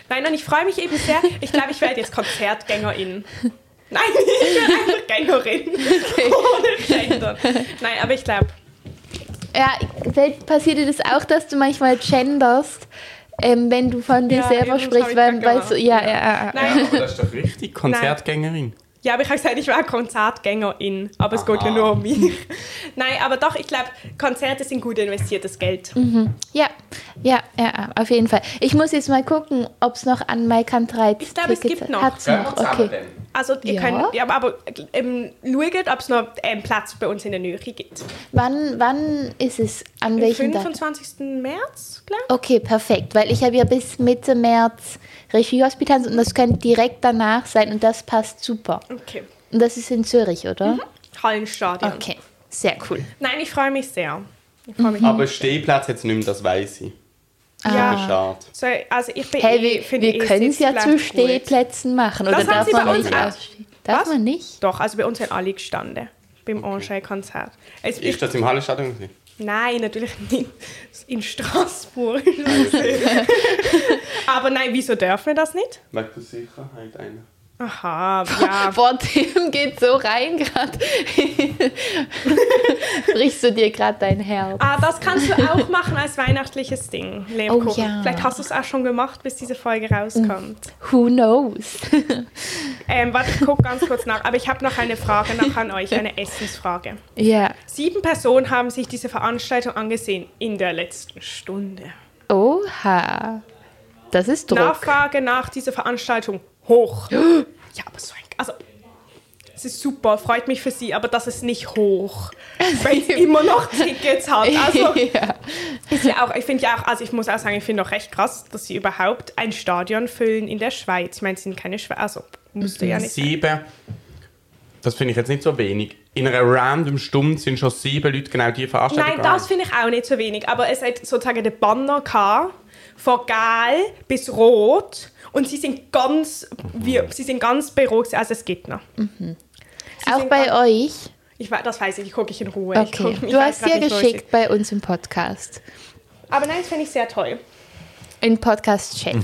C: Nein, und ich freue mich eben sehr. Ich glaube, ich werde jetzt Konzertgängerin. Nein, ich bin einfach Gängerin. Ohne Gender. Nein, aber ich glaube,
A: Ja, fällt- passiert dir das auch, dass du manchmal genderst, ähm, wenn du von dir
C: Ja, eben,
A: selber
C: das hab
A: sprichst,
C: ich
A: weil,
C: grad
A: weil so, ja,
C: gemacht.
A: ja, ja, ja.
C: nein.
B: aber das ist doch richtig. Konzertgängerin.
C: Ja, aber ich habe gesagt, ich war Konzertgängerin. Aber es geht ja
B: Aha.
C: nur um mich. Nein, aber doch, ich glaube, Konzerte sind gut investiertes Geld.
A: Ja, ja, ja, ja, auf jeden Fall. Ich muss jetzt mal gucken, ob es noch an Maikan 3
C: Ich glaube, es gibt noch.
A: Hat's noch, okay.
C: Also, ihr
A: Ja.
C: könnt, ja, aber ähm, schaut, ob es noch ähm, Platz bei uns in der Nähe gibt.
A: Wann, wann ist es? An
C: Am
A: welchem Tag?
C: 25. März, glaube
A: Okay, perfekt, weil ich habe ja bis Mitte März Regiehospitanz und das könnte direkt danach sein und das passt super.
C: ich. Okay.
A: Und das ist in Zürich, oder?
C: Mhm. Hallenstadion.
A: Okay, sehr cool.
C: Nein, ich freue mich sehr. Ich freue mich.
B: Aber Stehplatz jetzt nicht mehr, das weiß ich.
A: Ah.
C: Ja.
B: Das ist schade.
C: So, also ich bin
A: Hey,
C: eh-
A: wir,
C: finde
A: wir
C: eh
A: können es ja
C: Sitzplatz
A: zu
C: gut.
A: Stehplätzen machen. Oder
C: Das haben
A: darf
C: sie bei
A: man
C: uns
A: nicht
C: auch.
A: aufstehen? Darf
C: Was?
A: man nicht?
C: Doch, also bei uns sind alle gestanden. Beim Angers-Konzert. Es- ich-
B: Ist das im Hallenstadion? gewesen?
C: Nein, natürlich nicht. In Straßburg. Aber nein, wieso dürfen wir das nicht?
B: Wegen der Sicherheit einer.
C: Aha, ja.
A: Boah, Tim geht so rein gerade. Brichst du dir gerade dein Herz?
C: Ah, das kannst du auch machen als weihnachtliches Ding, Lebkuchen.
A: Oh ja. Mm.
C: Vielleicht hast du es auch schon gemacht, bis diese Folge rauskommt.
A: Who knows?
C: Ähm, warte, ich guck ganz kurz nach. Aber ich habe noch eine Frage noch an euch, eine Essensfrage.
A: Ja.
C: Sieben Personen haben sich diese Veranstaltung angesehen in der letzten Stunde.
A: Oha. Das ist Druck.
C: Nachfrage nach dieser Veranstaltung hoch. Ja, aber so ein. Also, es ist super, freut mich für Sie, aber das ist nicht hoch. Weil es immer noch Tickets hat. Also,
A: ja.
C: ist ja auch, ich finde ja auch, also ich muss auch sagen, ich finde auch recht krass, dass Sie überhaupt ein Stadion füllen in der Schweiz. Ich meine, Sie sind keine Schweiz. Also, musste ja nicht.
B: Sieben. Das finde ich jetzt nicht so wenig. In einer random Stunde sind schon sieben Leute genau die Veranstaltung.
C: Nein,
B: gegangen.
C: das finde ich auch nicht so wenig. Aber es hat sozusagen den Banner gehabt, von gel bis rot. Und sie sind ganz, wir, sie sind ganz beruhigt. gewesen. Also es geht noch.
A: Auch
C: sind
A: bei euch.
C: Ich, wei- das weiß ich, ich gucke ich in Ruhe. Ich
A: Okay.
C: guck- ich
A: du hast
C: weiß grad
A: ja
C: nicht, wo ich sie-
A: geschickt bei uns im Podcast.
C: Aber nein, das finde ich sehr toll.
A: In Podcast-Chat.
C: Mhm.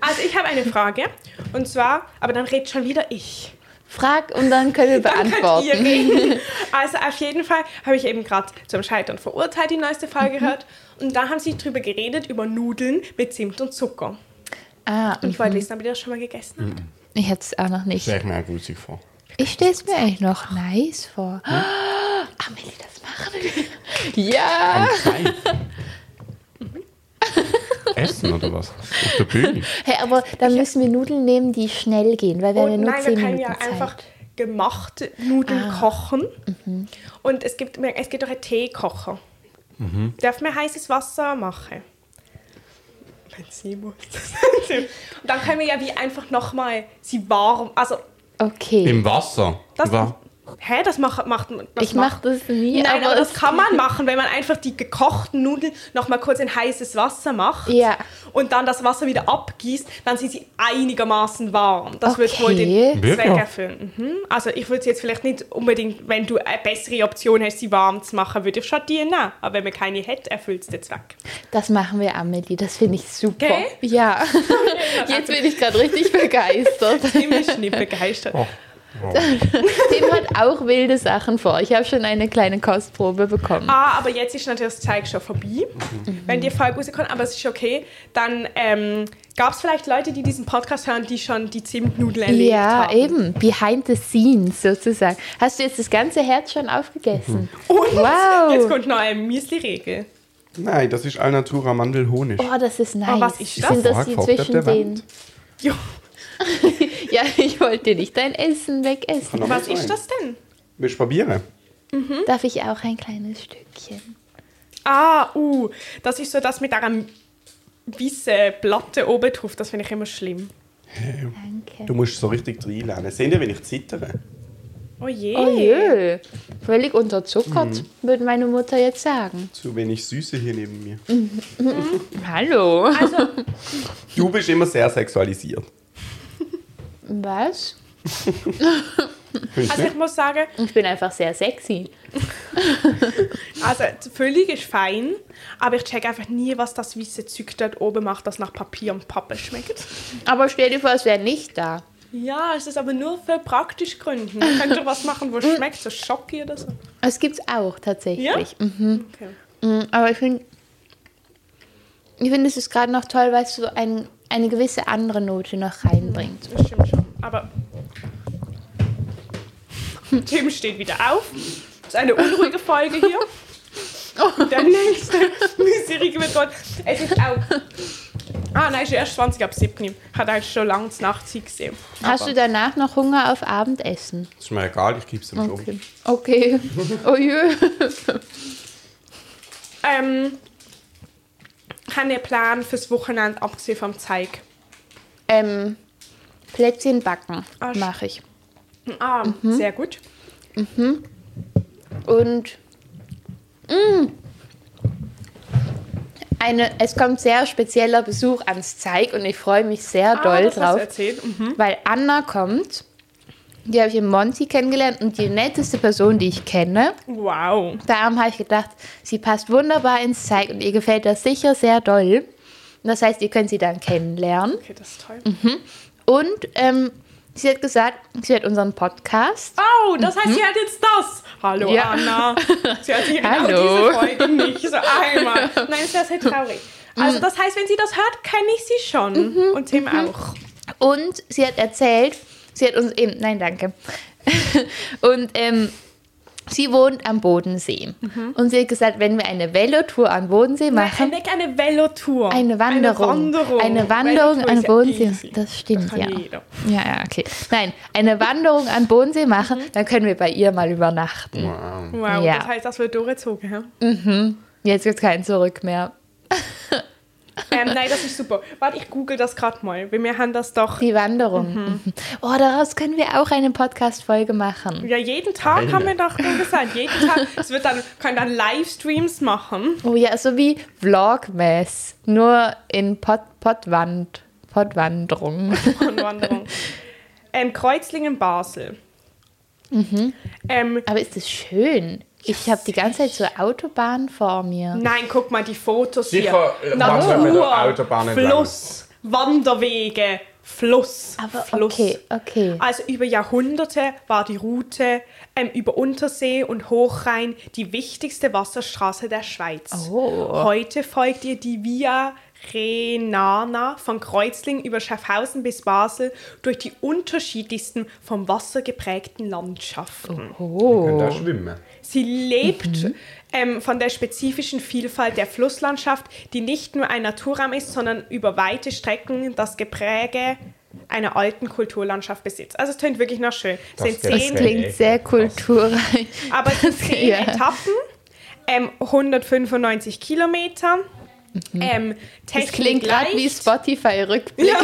C: Also ich habe eine Frage. Und zwar, aber dann redet schon wieder ich.
A: Frag und dann können wir
C: Dann könnt ihr
A: beantworten.
C: reden. Also auf jeden Fall habe ich eben gerade zum Scheitern verurteilt die neueste
A: Mhm.
C: Folge gehört. Und da haben sie drüber geredet, über Nudeln mit Zimt und Zucker.
A: Ah,
C: Und ich wollte wissen, ob ihr das schon mal gegessen habt.
A: ich hätte es auch noch nicht.
B: Stell ich mir auch gruselig vor.
A: Ich stelle es mir eigentlich noch nice vor.
C: Hm?
A: Amelie, das machen wir. Ja!
B: Nein.
C: Ah.
B: Essen oder was? Auf der Bühne.
A: Hey, aber dann müssen wir Nudeln nehmen, die schnell gehen, weil wir haben ja
C: Und
A: nur
C: Oh nein,
A: 10
C: wir können
A: Äh, Minuten
C: ja
A: Zeit. Ah. Mhm.
C: einfach gemachte Nudeln kochen. Und es gibt, es gibt auch einen Teekocher. Darf man heißes Wasser machen? Wenn sie muss. Und dann können wir ja wie einfach nochmal sie warm. Also,
A: okay.
B: Im Wasser.
C: das.
B: Wa-
C: Hä, das macht, macht man. Das
A: Ich mache genau, das nie,
C: Nein, aber, das
A: es-
C: kann man machen, wenn man einfach die gekochten Nudeln nochmal kurz in heißes Wasser macht
A: Ja.
C: und dann das Wasser wieder abgießt, dann sind sie einigermaßen warm. Das wird wohl
A: Okay.
C: den
B: Wirklich?
C: Zweck erfüllen. Mhm. Also ich würde es jetzt vielleicht nicht unbedingt, wenn du eine bessere Option hast, sie warm zu machen, würde ich schon die nehmen. Aber wenn man keine hätte, erfüllt es den Zweck.
A: Das machen wir, Amelie. Das finde ich super.
C: Gell?
A: Ja. Jetzt bin ich gerade richtig begeistert.
C: Ziemlich nicht begeistert.
B: Oh.
A: Tim hat auch wilde Sachen vor. Ich habe schon eine kleine Kostprobe bekommen.
C: Ah, aber jetzt ist natürlich das Zeug schon vorbei, wenn die Folge rauskommt, aber es ist okay. Dann ähm, gab es vielleicht Leute, die diesen Podcast hören, die schon die Zimtnudeln erlebt
A: Ja,
C: haben.
A: eben. Behind the scenes sozusagen. Hast du jetzt das ganze Herz schon aufgegessen?
C: Mhm. Und
A: Wow.
C: jetzt kommt noch eine Müsli-Regel.
B: Nein, das ist Alnatura Mandelhonig.
A: Oh, das ist nice.
C: was ist das?
A: Sind das die
B: Frag, fragt, ob
A: zwischen
B: der
A: den?
C: Jo,
A: Ja, ich wollte nicht dein Essen wegessen.
B: Kann
C: was
B: sein.
C: ist das denn?
B: Willst du probieren?
A: Darf ich auch ein kleines Stückchen?
C: Ah, uh, das ist so das mit einer weiße Platte oben drauf. Das finde ich immer schlimm.
A: Danke.
B: Du musst so richtig reinlernen. Seht ihr, wenn ich zittere?
C: Oh je.
A: Oh jö. Völlig unterzuckert, würde meine Mutter jetzt sagen.
B: Zu wenig Süße hier neben mir.
A: Hallo.
C: Also,
B: Du bist immer sehr sexualisiert.
A: Was?
B: Findest du
C: Also ich
B: nicht?
C: muss sagen,
A: Ich bin einfach sehr sexy.
C: also die Füllung ist fein, aber ich check einfach nie, was das weiße Zeug dort oben macht, das nach Papier und Pappe schmeckt.
A: Aber stell dir vor, es wäre nicht da.
C: Ja, es ist aber nur für praktische Gründe. Man könnte was machen, wo es schmeckt, so Schocki oder so.
A: Es gibt's auch
C: Hm. Ja?
A: tatsächlich.
C: Okay.
A: Mhm, Aber ich finde, ich finde, es ist gerade noch toll, weil es so ein, eine gewisse andere Note noch reinbringt.
C: Das stimmt schon. Aber Tim steht wieder auf. Es ist eine unruhige Folge hier.
A: Oh
C: Und der nächste Miserige wird dort. Es ist auch. Ah, nein, es ist erst 20 ab 7. Hat halt schon lange das Nachtzeit gesehen.
A: Hast du danach noch Hunger auf Abendessen?
B: Ist mir egal, ich gebe es ihm schon.
A: Okay. Okay. Oh jö.
C: Ähm, haben ihr Plan fürs Wochenende abgesehen vom Zeig?
A: Ähm, Plätzchen backen
C: Ah, sch-
A: mache ich.
C: Ah,
A: Mhm.
C: sehr gut.
A: Und mm, eine, es kommt sehr spezieller Besuch ans Zeig und ich freue mich sehr
C: ah,
A: doll
C: das hast du
A: drauf,
C: erzählt. Mhm.
A: weil Anna kommt. Die habe ich in Monty kennengelernt und die netteste Person, die ich kenne.
C: Wow.
A: Darum habe ich gedacht, sie passt wunderbar ins Zeig und ihr gefällt das sicher sehr doll. Und das heißt, ihr könnt sie dann kennenlernen.
C: Okay, das ist toll.
A: Und ähm, sie hat gesagt, sie hört unseren Podcast.
C: Oh, das heißt, sie hat jetzt das. Hallo,
A: Mhm. Ja.
C: Anna. Sie hat hier genau
A: Hallo.
C: diese Folge nicht. So einmal. Nein, ist das sehr traurig.
A: Mhm.
C: Also, das heißt, wenn sie das hört, kenne ich sie schon. Und Tim auch.
A: Und sie hat erzählt, sie hat uns eben, nein, danke. und ähm, sie wohnt am Bodensee. Und sie hat gesagt, wenn wir eine Velotour am Bodensee machen,
C: Nein, also nicht eine Velotour.
A: eine Wanderung.
C: Eine Wanderung,
A: Eine Wanderung
C: Velotour
A: an
C: ist ja
A: Bodensee.
C: easy.
A: Das stimmt,
C: kann
A: ja.
C: jeder.
A: Ja, ja, okay. Nein, eine Wanderung an Bodensee machen, dann können wir bei ihr mal übernachten.
B: Wow.
C: Wow,
A: Ja.
C: das heißt, das wird durchgezogen. Ja?
A: Jetzt gibt es kein Zurück mehr.
C: ähm, nein, das ist super. Warte, ich google das gerade mal. weil Wir haben das doch.
A: Die Wanderung. Mhm. Oh, daraus können wir auch eine Podcast-Folge machen.
C: Ja, jeden Tag
B: Eine.
C: haben wir doch nur gesagt. Jeden Tag. Es wird dann, können dann Livestreams machen.
A: Oh ja, so wie Vlogmas, nur in Pod Podwand. Podwanderung.
C: und Wanderung. Ähm, Kreuzlingen, Basel.
A: Mhm.
C: Ähm,
A: Aber ist das schön? Ich habe die ganze Zeit so Autobahn vor mir.
C: nein, guck mal die Fotos
B: Sicher,
C: hier.
B: äh, langsam mit der Autobahn entlang.
C: Fluss, Wanderwege, Fluss,
A: Aber
C: Fluss.
A: okay, okay.
C: Also über Jahrhunderte war die Route ähm, über Untersee und Hochrhein die wichtigste Wasserstraße der Schweiz.
A: Oh.
C: Heute folgt ihr die Via Renana von Kreuzlingen über Schaffhausen bis Basel durch die unterschiedlichsten vom Wasser geprägten Landschaften.
B: Könnt
A: Oh.
B: auch schwimmen.
C: Sie lebt
A: Mhm.
C: ähm, von der spezifischen Vielfalt der Flusslandschaft, die nicht nur ein Naturraum ist, sondern über weite Strecken das Gepräge einer alten Kulturlandschaft besitzt. Also es tönt wirklich noch schön. Es
B: Das
C: sind
B: Gepräge.
A: Das
C: zehn,
A: klingt sehr kulturreich.
C: aber es sind zehn
A: Ja.
C: Etappen, ähm, 195 Kilometer. Ähm,
A: Mhm. Das
C: Technik
A: klingt gerade wie
C: leicht.
A: Spotify-Rückblick.
C: ja.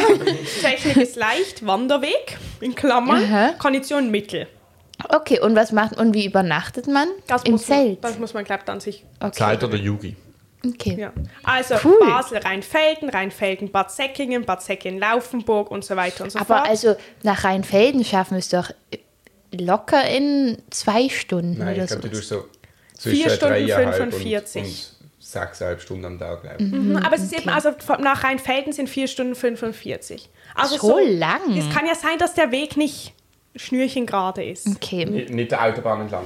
C: Technik ist leicht, Wanderweg in Klammern,
A: Aha.
C: Kondition mittel.
A: Okay, und was macht und wie übernachtet man?
C: Das
A: Im
C: muss
A: Zelt.
C: Man, das muss man glaubt an sich
A: Okay.
B: Zeit oder Yugi?
A: okay.
C: Ja. Also
A: Cool.
C: Basel, Rheinfelden, Rheinfelden, Bad Säckingen, Bad Säckingen, Laufenburg und so weiter und so
A: Aber
C: fort.
A: also nach Rheinfelden schaffen wir es doch locker in zwei Stunden
B: Nein,
A: oder
B: ich
A: so.
B: glaube, du tust so
C: Vier
B: zwischen
C: Stunden
B: 3,5 und,
C: 45.
B: und 6,5 Stunden am Tag, glaube ich.
C: Mhm, Aber es ist eben, also von- nach Rheinfelden sind 4 Stunden 45. Also
A: So lang?
C: Es kann ja sein, dass der Weg nicht schnürchen gerade ist.
A: Okay,
B: Nicht- Nicht der Autobahn entlang.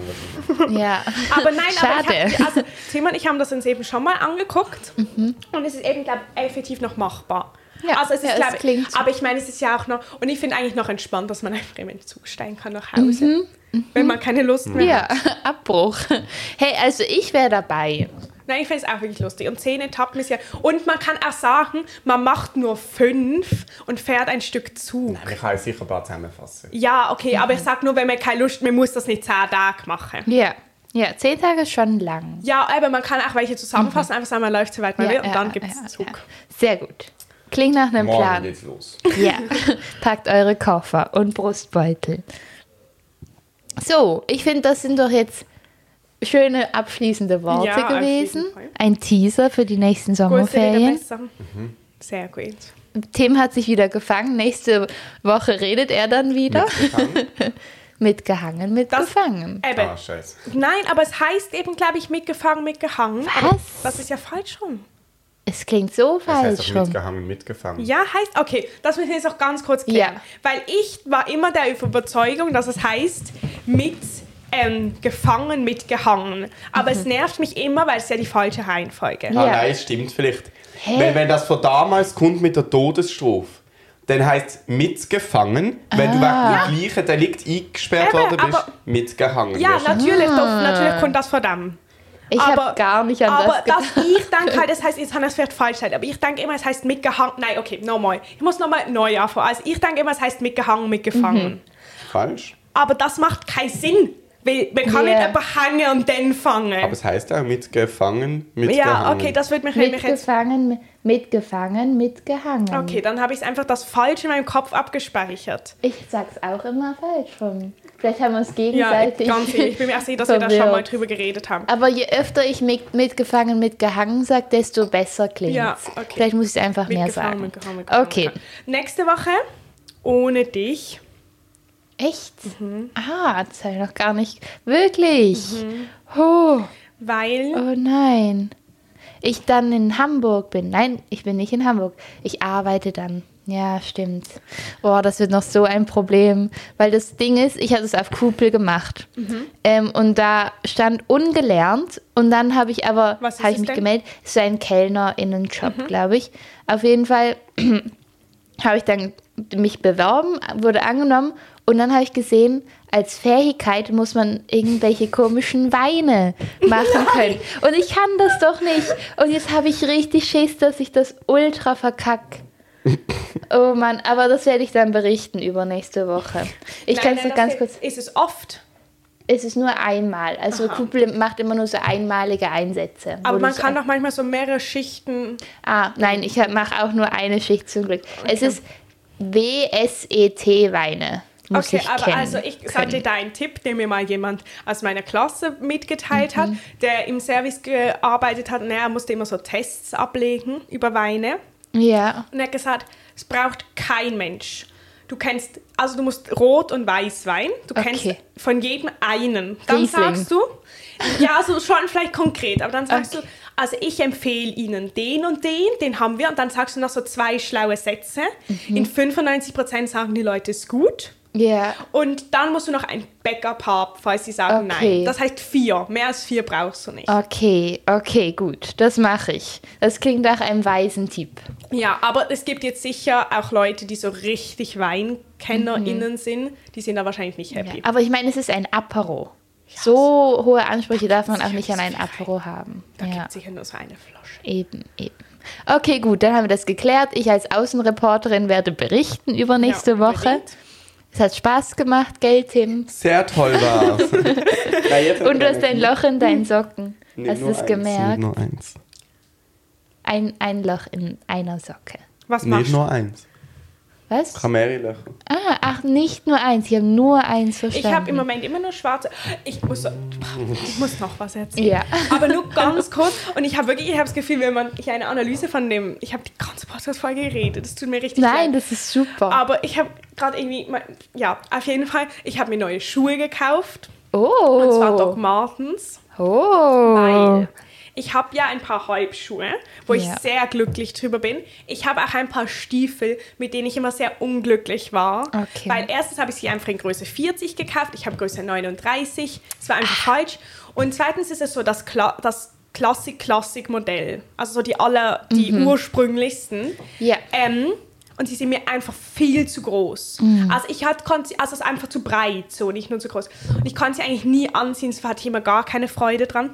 A: ja.
C: Aber nein, aber
A: Schade.
C: ich hab, also Tim und ich haben das uns eben schon mal angeguckt und es ist eben, glaube ich, effektiv noch machbar.
A: Mhm. Ja,
C: also es ist,
A: ja, es
C: glaub,
A: klingt
C: ich,
A: so.
C: aber ich meine, es ist ja auch noch, und ich finde eigentlich noch entspannt, dass man einfach in den Zug steigen kann nach Hause, wenn man keine Lust mehr
A: Mhm. Ja, Abbruch. Hey, also ich wäre dabei.
C: Nein, ich finde es auch wirklich lustig. Und zehn Etappen ist ja. Und man kann auch sagen, man macht nur fünf und fährt ein Stück zu.
B: Ich kann sicher ein paar zusammenfassen.
C: Ja, okay, aber ich sage nur, wenn man keine Lust, man muss das nicht zehn Tage machen.
A: Ja. Ja, zehn Tage ist schon lang.
C: Ja, aber man kann auch welche zusammenfassen, einfach sagen, man läuft so weit man
A: ja,
C: will und
A: ja,
C: dann gibt es
A: ja,
C: Zug.
A: ja. Sehr gut. Klingt nach einem
B: Morgen
A: Plan.
B: geht's los.
A: Ja, packt eure Koffer und Brustbeutel. So, ich finde, das sind doch jetzt schöne abschließende Worte
C: Ja, auf
A: gewesen.
C: jeden Fall.
A: Ein Teaser für die nächsten
C: Gut, wieder
A: Sommerferien.
C: besser. Sehr gut.
A: Tim hat sich wieder gefangen. Nächste Woche redet er dann wieder. Mitgehangen, mitgefangen.
C: Eben.
B: Ah, scheiße.
C: Nein, aber es heißt eben, glaube ich, mitgefangen, mitgehangen.
A: Was?
C: Aber das ist ja falsch rum.
A: Es klingt so
B: Das heißt
A: falsch
B: doch
A: rum.
B: mitgehangen, mitgefangen.
C: Ja, heißt, okay, das müssen wir jetzt auch ganz kurz klären.
A: Ja.
C: Weil ich war immer der Überzeugung, dass es heißt, mit ähm, gefangen, mitgehangen. Aber es nervt mich immer, weil es ja die falsche Reihenfolge
B: Ah,
A: Mhm. Ja.
B: nein, es stimmt vielleicht. Wenn, wenn das von damals kommt mit der Todesstrophe, dann heisst es mitgefangen, wenn du
A: Ah.
B: wegen dem gleichen Delikt eingesperrt
C: Eben,
B: worden bist,
C: aber-
B: mitgehangen.
C: Ja,
B: wirst.
C: natürlich, doch, natürlich kommt das von dem.
A: Ich
C: Aber-
A: habe gar nicht an
C: aber
A: das gedacht.
C: dass ich denke halt, das heißt, jetzt haben wir es vielleicht falsch gesagt, aber ich denke immer, es heißt mitgehangen. Nein, okay, nochmal. Ich muss nochmal neu anfangen. Also ich denke immer, es heißt mitgehangen, mitgefangen.
A: Mhm.
B: Falsch.
C: Aber das macht keinen Sinn, weil man
A: Yeah.
C: kann nicht einfach hängen und dann fangen.
B: Aber es heisst auch mitgefangen, mitgehangen.
C: ja, okay, das wird mich nämlich jetzt...
A: Mitgefangen, mi- mitgefangen, mitgehangen.
C: Okay, dann habe ich einfach das falsch in meinem Kopf abgespeichert.
A: Ich sag's auch immer falsch rum. Vielleicht haben wir es
C: Ja,
A: gegenseitig.
C: ganz ehrlich, ich bin mir auch sicher, dass wir da schon mal
A: verwirrt.
C: drüber geredet haben.
A: Aber je öfter ich mit, mitgefangen, mitgehangen sage, desto besser klingt
C: Ja, okay.
A: Vielleicht muss ich es einfach mehr
C: Mitgefangen,
A: sagen.
C: mitgehangen, mitgehangen,
A: okay.
C: mitgehangen. Nächste Woche, ohne dich.
A: Echt?
C: Mhm.
A: Ah, das habe ich noch gar nicht. Wirklich? Oh,
C: Weil,
A: oh nein. Ich dann in Hamburg bin. Nein, ich bin nicht in Hamburg. Ich arbeite dann. Ja, stimmt. Oh, das wird noch so ein Problem. Weil das Ding ist, ich habe es auf Kupel gemacht. Ähm, und da stand ungelernt. Und dann habe ich aber,
C: Was ist
A: habe ich
C: es
A: mich
C: denn? Mhm.
A: gemeldet, es ist ein Kellnerinnenjob, glaube ich. Auf jeden Fall habe ich dann mich beworben, wurde angenommen und dann habe ich gesehen, als Fähigkeit muss man irgendwelche komischen Weine machen können. Und ich kann das doch nicht. Und jetzt habe ich richtig Schiss, dass ich das ultra verkack. Oh Mann, aber das werde ich dann berichten übernächste Woche. Ich
C: Nein,
A: kann es
C: nein,
A: noch
C: das
A: ganz
C: ist-
A: kurz.
C: Ist es oft,
A: Es ist nur einmal. Also
C: Aha.
A: Kuppel macht immer nur so einmalige Einsätze. wo
C: aber
A: du
C: man
A: es
C: kann
A: ein-
C: doch manchmal so mehrere Schichten.
A: Ah, nein, ich mache auch nur eine Schicht zum Glück. Es ist WSET-Weine. Muss
C: Okay,
A: ich
C: aber
A: kennen,
C: also ich
A: können.
C: sagte da einen Tipp, den mir mal jemand aus meiner Klasse mitgeteilt hat,
A: Mhm.
C: der im Service gearbeitet hat. Und er musste immer so Tests ablegen über Weine.
A: Ja,
C: Und er hat gesagt, es braucht kein Mensch. Du kennst, also du musst Rot- und Weißwein. Du kennst
A: Okay.
C: von jedem einen. Dann
A: Riesling.
C: sagst du, ja, also schon vielleicht konkret, aber dann sagst
A: Okay.
C: du, also ich empfehle Ihnen den und den, den haben wir. Und dann sagst du noch so zwei schlaue Sätze.
A: Mhm.
C: In 95% sagen die Leute, ist gut.
A: ja.
C: Und dann musst du noch ein Backup haben, falls sie sagen
A: Okay.
C: nein. Das heißt vier. Mehr als vier brauchst du nicht.
A: Okay, okay, gut. Das mache ich. Das klingt nach einem weisen Tipp.
C: Ja, aber es gibt jetzt sicher auch Leute, die so richtig WeinkennerInnen sind. Die sind da wahrscheinlich nicht
A: Mhm. Ja.
C: happy.
A: Aber ich meine, es ist ein Apero. So hohe Ansprüche darf man auch nicht an ein Apero haben.
C: Da gibt's
A: Ja,
C: gibt es sicher nur so eine Flasche.
A: eben, eben. Okay, gut, dann haben wir das geklärt. Ich als Außenreporterin werde berichten übernächste
C: Ja,
A: Woche.
C: Genau, unbedingt.
A: Es hat Spaß gemacht, gell, Tim?
B: Sehr toll war's. Nein, jetzt hat
A: Und du hast
B: keiner-
A: ein Loch in deinen Socken.
B: Hm. Nee,
A: hast du
B: nur
A: es
B: eins,
A: gemerkt?
B: Nicht nur eins.
A: Ein, ein Loch in einer Socke.
C: Was
B: Nicht
C: machst du?
B: nur eins.
A: Was?
B: Ich habe mehrere Löcher.
A: Ah, ach, nicht nur eins. Ich habe nur eins
C: Ich
A: verstanden.
C: habe im Moment immer nur schwarze. Ich muss, so- ich muss noch was erzählen.
A: Ja.
C: Aber nur ganz kurz. Und ich habe wirklich, ich habe das Gefühl, wenn man ich eine Analyse von dem, ich habe die ganze Podcast-Folge geredet. Das tut mir richtig
A: Nein,
C: leid.
A: das ist super.
C: Aber ich habe gerade irgendwie, mein- ja, auf jeden Fall, ich habe mir neue Schuhe gekauft.
A: oh.
C: Und zwar Doc Martens.
A: oh.
C: Weil ich habe ja ein paar Halbschuhe, wo
A: Ja.
C: ich sehr glücklich drüber bin. Ich habe auch ein paar Stiefel, mit denen ich immer sehr unglücklich war.
A: Okay.
C: Weil erstens habe ich sie einfach in Größe 40 gekauft, ich habe Größe 39. Es war einfach falsch. Und zweitens ist es so das, Kla das Klassik-Klassik-Modell. Also so die aller, die ursprünglichsten.
A: Ja.
C: Ähm, und sie sind mir einfach viel zu groß. Also ich hat, konnte sie, also es ist einfach zu breit, so nicht nur zu groß. Und ich konnte sie eigentlich nie anziehen, es hatte ich immer gar keine Freude dran.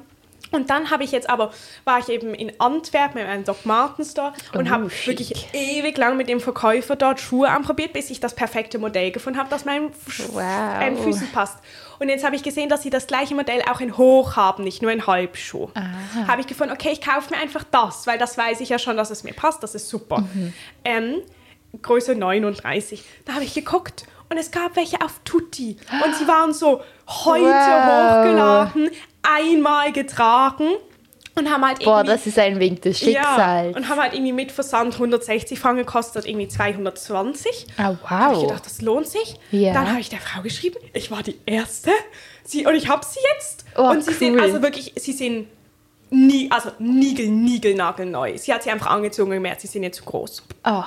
C: Und dann habe ich jetzt aber, war ich eben in Antwerpen in einem Doc Martens Store und
A: Oh,
C: habe
A: schick.
C: wirklich ewig lang mit dem Verkäufer dort Schuhe anprobiert, bis ich das perfekte Modell gefunden habe, das meinen Sch-
A: Wow.
C: ähm, Füßen passt. Und jetzt habe ich gesehen, dass sie das gleiche Modell auch in Hoch haben, nicht nur in Halbschuh.
A: Aha.
C: Habe ich gefunden, okay, ich kaufe mir einfach das, weil das weiß ich ja schon, dass es mir passt, das ist super.
A: Mhm.
C: Ähm, Größe 39. Da habe ich geguckt und es gab welche auf Tutti. Und sie waren so heute
A: Wow.
C: hochgeladen, einmal getragen und haben halt
A: Boah,
C: irgendwie-
A: das ist ein Wink des Schicksals.
C: Ja, und haben halt irgendwie mit Versand 160 Franken gekostet, irgendwie 220.
A: Ah,
C: Da habe ich
A: wow.
C: gedacht, das lohnt sich.
A: Ja.
C: Dann habe ich der Frau geschrieben, ich war die Erste. Sie, und ich habe sie jetzt.
A: Oh,
C: und sie sehen
A: cool.
C: also wirklich, sie sehen nie, also nigel, nigel, nagelneu. Sie hat sie einfach angezogen und gemerkt, sie sind jetzt zu groß.
A: Oh,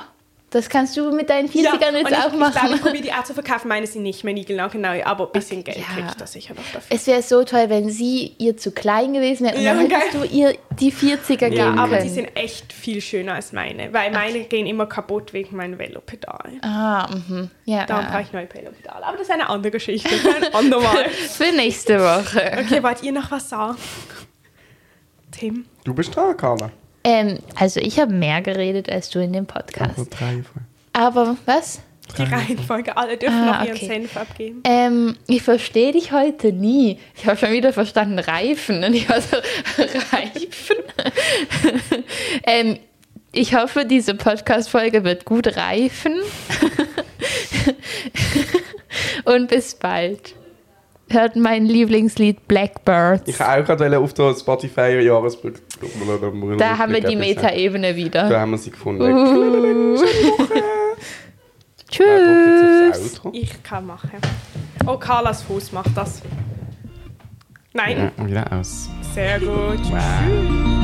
A: das kannst du mit deinen 40ern
C: und
A: jetzt
C: ich,
A: auch
C: Ich glaube,
A: machen.
C: ich probiere die auch zu verkaufen. Meine sind nicht mehr nigel, nagelneu, aber ein bisschen Geld
A: ja.
C: kriege ich da sicher noch dafür.
A: es wäre so toll, wenn sie ihr zu klein gewesen wäre und
C: Ja,
A: dann hättest du ihr die 40er
B: Ja,
A: geben
C: Aber
A: können.
C: die sind echt viel schöner als meine, weil meine gehen immer kaputt wegen meinem Velopedal.
A: ah, mhm. ja.
C: Darum
A: ja.
C: brauche ich neue Velopedale. Aber das ist eine andere Geschichte, für ein andermal.
A: Für nächste Woche.
C: Okay, wollt ihr noch was sagen? Tim?
B: Du bist dran, Carla.
A: Ähm, also ich habe mehr geredet als du in dem
B: Also
A: Podcast.
B: drei Fragen.
A: Aber was?
C: Die Reihenfolge, alle dürfen
A: Ah,
C: noch ihren
A: okay.
C: Senf abgeben.
A: Ähm, ich verstehe dich heute nie. Ich habe schon wieder verstanden Reifen und ich war so Reifen. ähm, ich hoffe, diese Podcast-Folge wird gut reifen. und bis bald. Hört mein Lieblingslied Blackbirds.
B: Ich habe auch gerade auf der Spotify Jahresblick.
A: Da haben wir die Metaebene wieder.
B: Da haben wir sie gefunden.
A: Uh.
B: Ich drücke jetzt
A: Tschüss.
B: aufs Outro.
C: Ich kann machen. Oh, Carlas Fuß macht das. Nein,
B: Ja, und wieder aus.
C: sehr gut.
B: Wow.